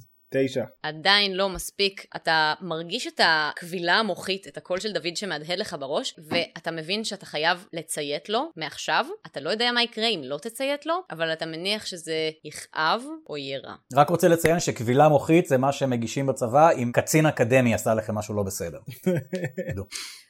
C: 9.
B: עדיין לא מספיק. אתה מרגיש את הכבילה המוחית, את הקול של דוד שמהדהד לך בראש, ואתה מבין שאתה חייב לציית לו מעכשיו. אתה לא יודע מה יקרה אם לא תציית לו, אבל אתה מניח שזה יכאב או יהיה רע.
A: רק רוצה לציין שקבילה מוחית זה מה שמגישים בצבא אם קצין אקדמי עשה לכם משהו לא בסדר. תדעו.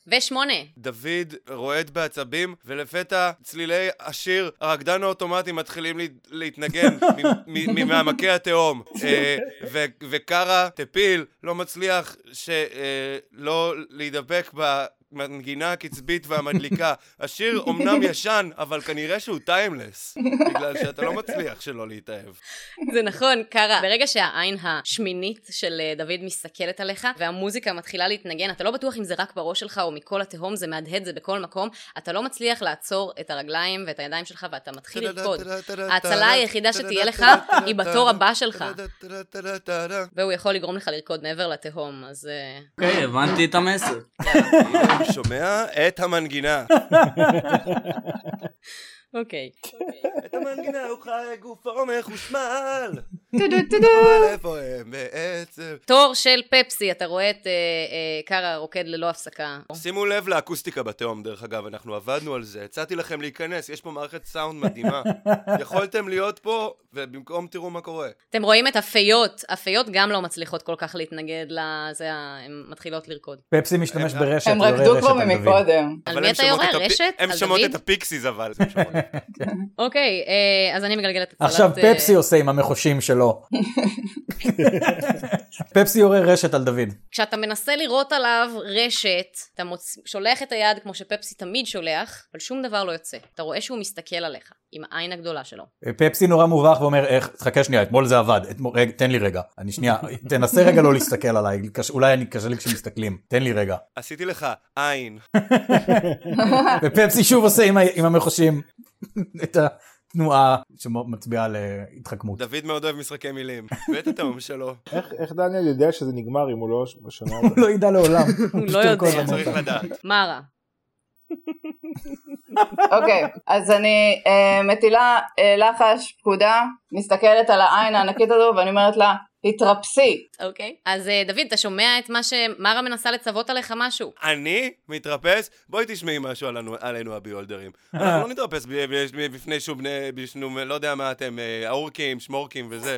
B: ושמונה.
G: דוד רועד בעצבים, ולפתע צלילי השיר הרקדן האוטומטי מתחילים לה, להתנגן מ- מ- ממעמקי התהום. אה, ו- וקארה, טפיל, לא מצליח שלא אה, לא להידבק במנגינה הקצבית והמדליקה. השיר אומנם ישן, אבל כנראה שהוא טיימלס, בגלל שאתה לא מצליח שלא להתאהב.
B: זה נכון, קארה. ברגע שהעין השמינית של אה, דוד מסתכלת עליך, והמוזיקה מתחילה להתנגן, אתה לא בטוח אם זה רק בראש שלך או מכל התהום, זה מהדהד, זה בכל מקום, אתה לא מצליח לעצור את הרגליים ואת הידיים שלך ואתה מתחיל לרקוד. ההצלה היחידה שתהיה לך היא בתור הבא שלך. והוא יכול לגרום לך לרקוד מעבר לתהום, אז... אה,
E: אוקיי, הבנתי את המסר.
G: שומע את המנגינה.
B: אוקיי.
G: את המנגינה הוא חי גופו מחושמל.
D: טו-דו, טו-דו.
G: אבל איפה הם בעצם?
B: תור של פפסי, אתה רואה את אה, אה, קארה רוקד ללא הפסקה.
G: שימו לב לאקוסטיקה בתהום, דרך אגב, אנחנו עבדנו על זה. הצעתי לכם להיכנס, יש פה מערכת סאונד מדהימה. יכולתם להיות פה, ובמקום תראו מה קורה.
B: אתם רואים את הפיות, הפיות גם לא מצליחות כל כך להתנגד לזה, ה- הן מתחילות לרקוד.
A: פפסי משתמש
G: הם-
A: ברשת,
D: הם
A: יורה
D: רקדו
A: רשת
D: כבר
A: על דוד.
D: ממקודם.
B: על
G: אבל
B: מי
G: הם
B: אתה
G: שומעות
B: יורה?
G: את הפי-
B: רשת?
G: הם
B: על
G: שומעות
B: דוד?
G: את הפיקסיס אבל. אז הם שומעות.
B: אוקיי, אה, אז אני מגלגלת הצלת...
A: עכשיו
B: אה,
A: פפסי עושה עם המחושים שלו. פפסי יורה רשת על דוד.
B: כשאתה מנסה לראות עליו רשת, אתה מוצ... שולח את היד כמו שפפסי תמיד שולח, אבל שום דבר לא יוצא. אתה רואה שהוא מסתכל עליך, עם העין הגדולה שלו.
A: אה, פפסי נורא מובך ואומר, איך, חכה שנייה, אתמול זה עבד, אתמול, רגע, תן לי רגע, אני שנייה, תנסה רגע לא להסתכל עליי, קש- אולי אני קשה לי כשמסתכלים, תן לי רגע.
G: עשיתי לך עין.
A: ופפסי שוב עושה עם, ה- עם המחושים את התנועה שמצביעה להתחכמות.
B: לא
G: דוד מאוד אוהב משחקי מילים. ואת התהום שלו.
C: איך- איך דניאל יודע שזה נגמר אם הוא לא ש- שומע
A: הוא לא ידע לעולם.
B: לא
A: פשוט ירקוד
B: יודע.
A: למוות.
G: צריך לדעת.
B: מה רע?
D: אוקיי, אז אני אה, מטילה אה, לחש, פקודה, מסתכלת על העין הענקית הזו ואני אומרת לה, התרפסי.
B: אוקיי. אז אה, דוד, אתה שומע את מה שמרה מנסה לצוות עליך משהו?
G: אני מתרפס? בואי תשמעי משהו עלינו, עלינו הביולדרים. אנחנו לא נתרפס ב- ב- בפני שום בני, בשום, לא יודע מה אתם, אה, אורקים, שמורקים וזה.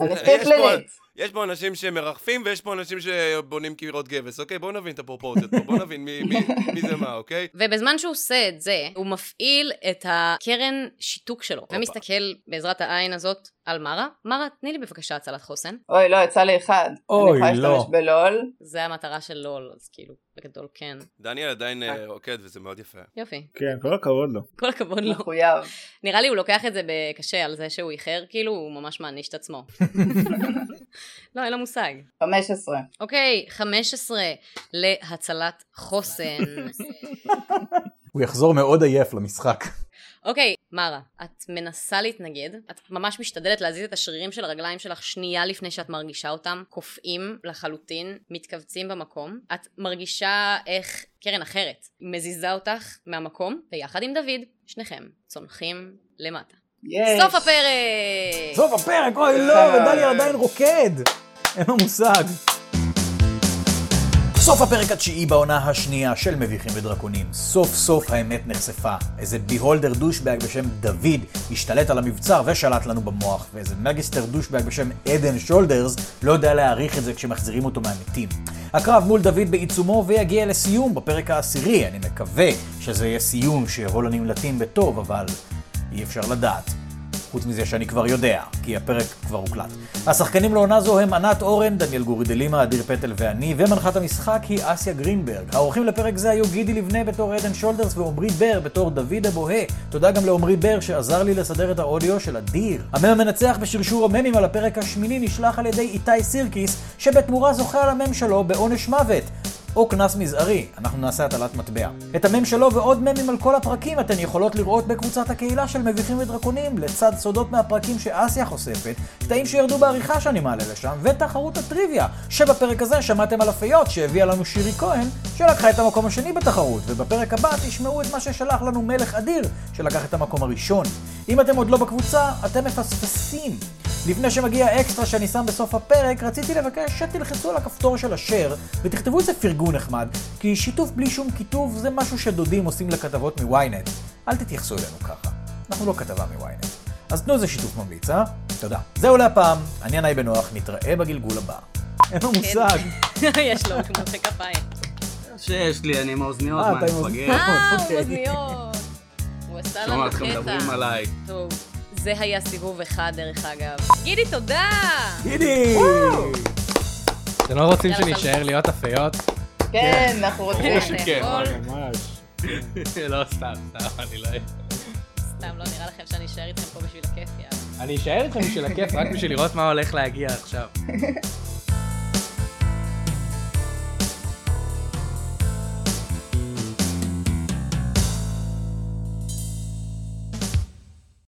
D: אני
G: יש פה-
D: פיפלינית.
G: יש פה אנשים שמרחפים ויש פה אנשים שבונים קירות גבס, אוקיי? בואו נבין את הפרופורציות פה, בואו נבין מי, מי, מי זה מה, אוקיי?
B: ובזמן שהוא עושה את זה, הוא מפעיל את הקרן שיתוק שלו, ומסתכל בעזרת העין הזאת על מרה. מרה, תני לי בבקשה הצלת חוסן.
D: אוי, לא, יצא לי אחד.
A: אוי,
D: אני יכולה
A: לא.
D: להשתמש בלול.
B: זה המטרה של לול, אז כאילו, בגדול כן.
G: דניאל עדיין אה, רוקד וזה מאוד יפה.
B: יופי.
C: כן, כל הכבוד לו.
B: כל הכבוד לו.
D: מחויב.
B: נראה לי הוא לוקח את זה בקשה על זה שהוא איחר, כאילו הוא ממש מעניש את עצמו. לא, אין לו מושג.
D: 15.
B: אוקיי, 15 להצלת חוסן.
A: הוא יחזור מאוד עייף למשחק.
B: אוקיי, מרה, את מנסה להתנגד, את ממש משתדלת להזיז את השרירים של הרגליים שלך שנייה לפני שאת מרגישה אותם, קופאים לחלוטין, מתכווצים במקום. את מרגישה איך קרן אחרת מזיזה אותך מהמקום, ויחד עם דוד, שניכם צונחים למטה.
D: יש.
B: סוף הפרק!
A: סוף הפרק, אוי לא, ודליה עדיין רוקד! אין לו מושג. סוף הפרק התשיעי בעונה השנייה של מביכים ודרקונים. סוף סוף האמת נחשפה. איזה ביהולדר דושבג בשם דוד השתלט על המבצר ושלט לנו במוח, ואיזה מגיסטר דושבג בשם עדן שולדרס לא יודע להעריך את זה כשמחזירים אותו מהמתים. הקרב מול דוד בעיצומו ויגיע לסיום בפרק העשירי. אני מקווה שזה יהיה סיום שיבוא לנמלטים בטוב, אבל אי אפשר לדעת. חוץ מזה שאני כבר יודע, כי הפרק כבר הוקלט. השחקנים לעונה זו הם ענת אורן, דניאל גורי דלימה, אדיר פטל ואני, ומנחת המשחק היא אסיה גרינברג. האורחים לפרק זה היו גידי לבנה בתור עדן שולדרס ועמרי בר בתור דוד הבוהה. תודה גם לעמרי בר שעזר לי לסדר את האודיו של אדיר. המם המנצח בשרשור הממים על הפרק השמיני נשלח על ידי איתי סירקיס, שבתמורה זוכה על המם שלו בעונש מוות. או קנס מזערי, אנחנו נעשה הטלת מטבע. את המם שלו ועוד ממים על כל הפרקים אתן יכולות לראות בקבוצת הקהילה של מביכים ודרקונים, לצד סודות מהפרקים שאסיה חושפת, קטעים שירדו בעריכה שאני מעלה לשם, ותחרות הטריוויה, שבפרק הזה שמעתם על הפיות שהביאה לנו שירי כהן, שלקחה את המקום השני בתחרות, ובפרק הבא תשמעו את מה ששלח לנו מלך אדיר, שלקח את המקום הראשון. אם אתם עוד לא בקבוצה, אתם מפספסים. לפני שמגיע האקסטרה שאני שם בסוף הפרק, רציתי לבקש שתלחצו על הכפתור של השאר ותכתבו איזה פרגון נחמד, כי שיתוף בלי שום כיתוב זה משהו שדודים עושים לכתבות מ-ynet. אל תתייחסו אלינו ככה, אנחנו לא כתבה מ-ynet. אז תנו איזה שיתוף ממליץ, אה? תודה. זהו להפעם, אני ינאי בנוח, נתראה בגלגול הבא. אין לו מושג.
B: יש לו, הוא מוחא כפיים.
E: שיש לי, אני עם האוזניות,
A: אה,
E: מה,
A: אתה
E: אני
A: עם
E: מפגר?
A: אוזניות. אוקיי.
B: אה, הוא אוזניות. הוא עשה לנו
E: שומע אתכם מדברים
B: קטע.
E: עליי.
B: טוב, זה היה סיבוב אחד דרך אגב. גידי, תודה!
A: הנה!
F: אתם לא רוצים
B: יאללה,
F: שנישאר
B: חלאס.
F: להיות אפיות?
D: כן, אנחנו רוצים.
B: זה
E: שכן.
B: הכל.
C: ממש.
F: לא, סתם, סתם, אני לא...
B: סתם, לא נראה לכם שאני אשאר איתכם פה בשביל הכיף, יאללה.
F: אני אשאר איתכם בשביל הכיף, רק בשביל לראות מה הולך להגיע עכשיו.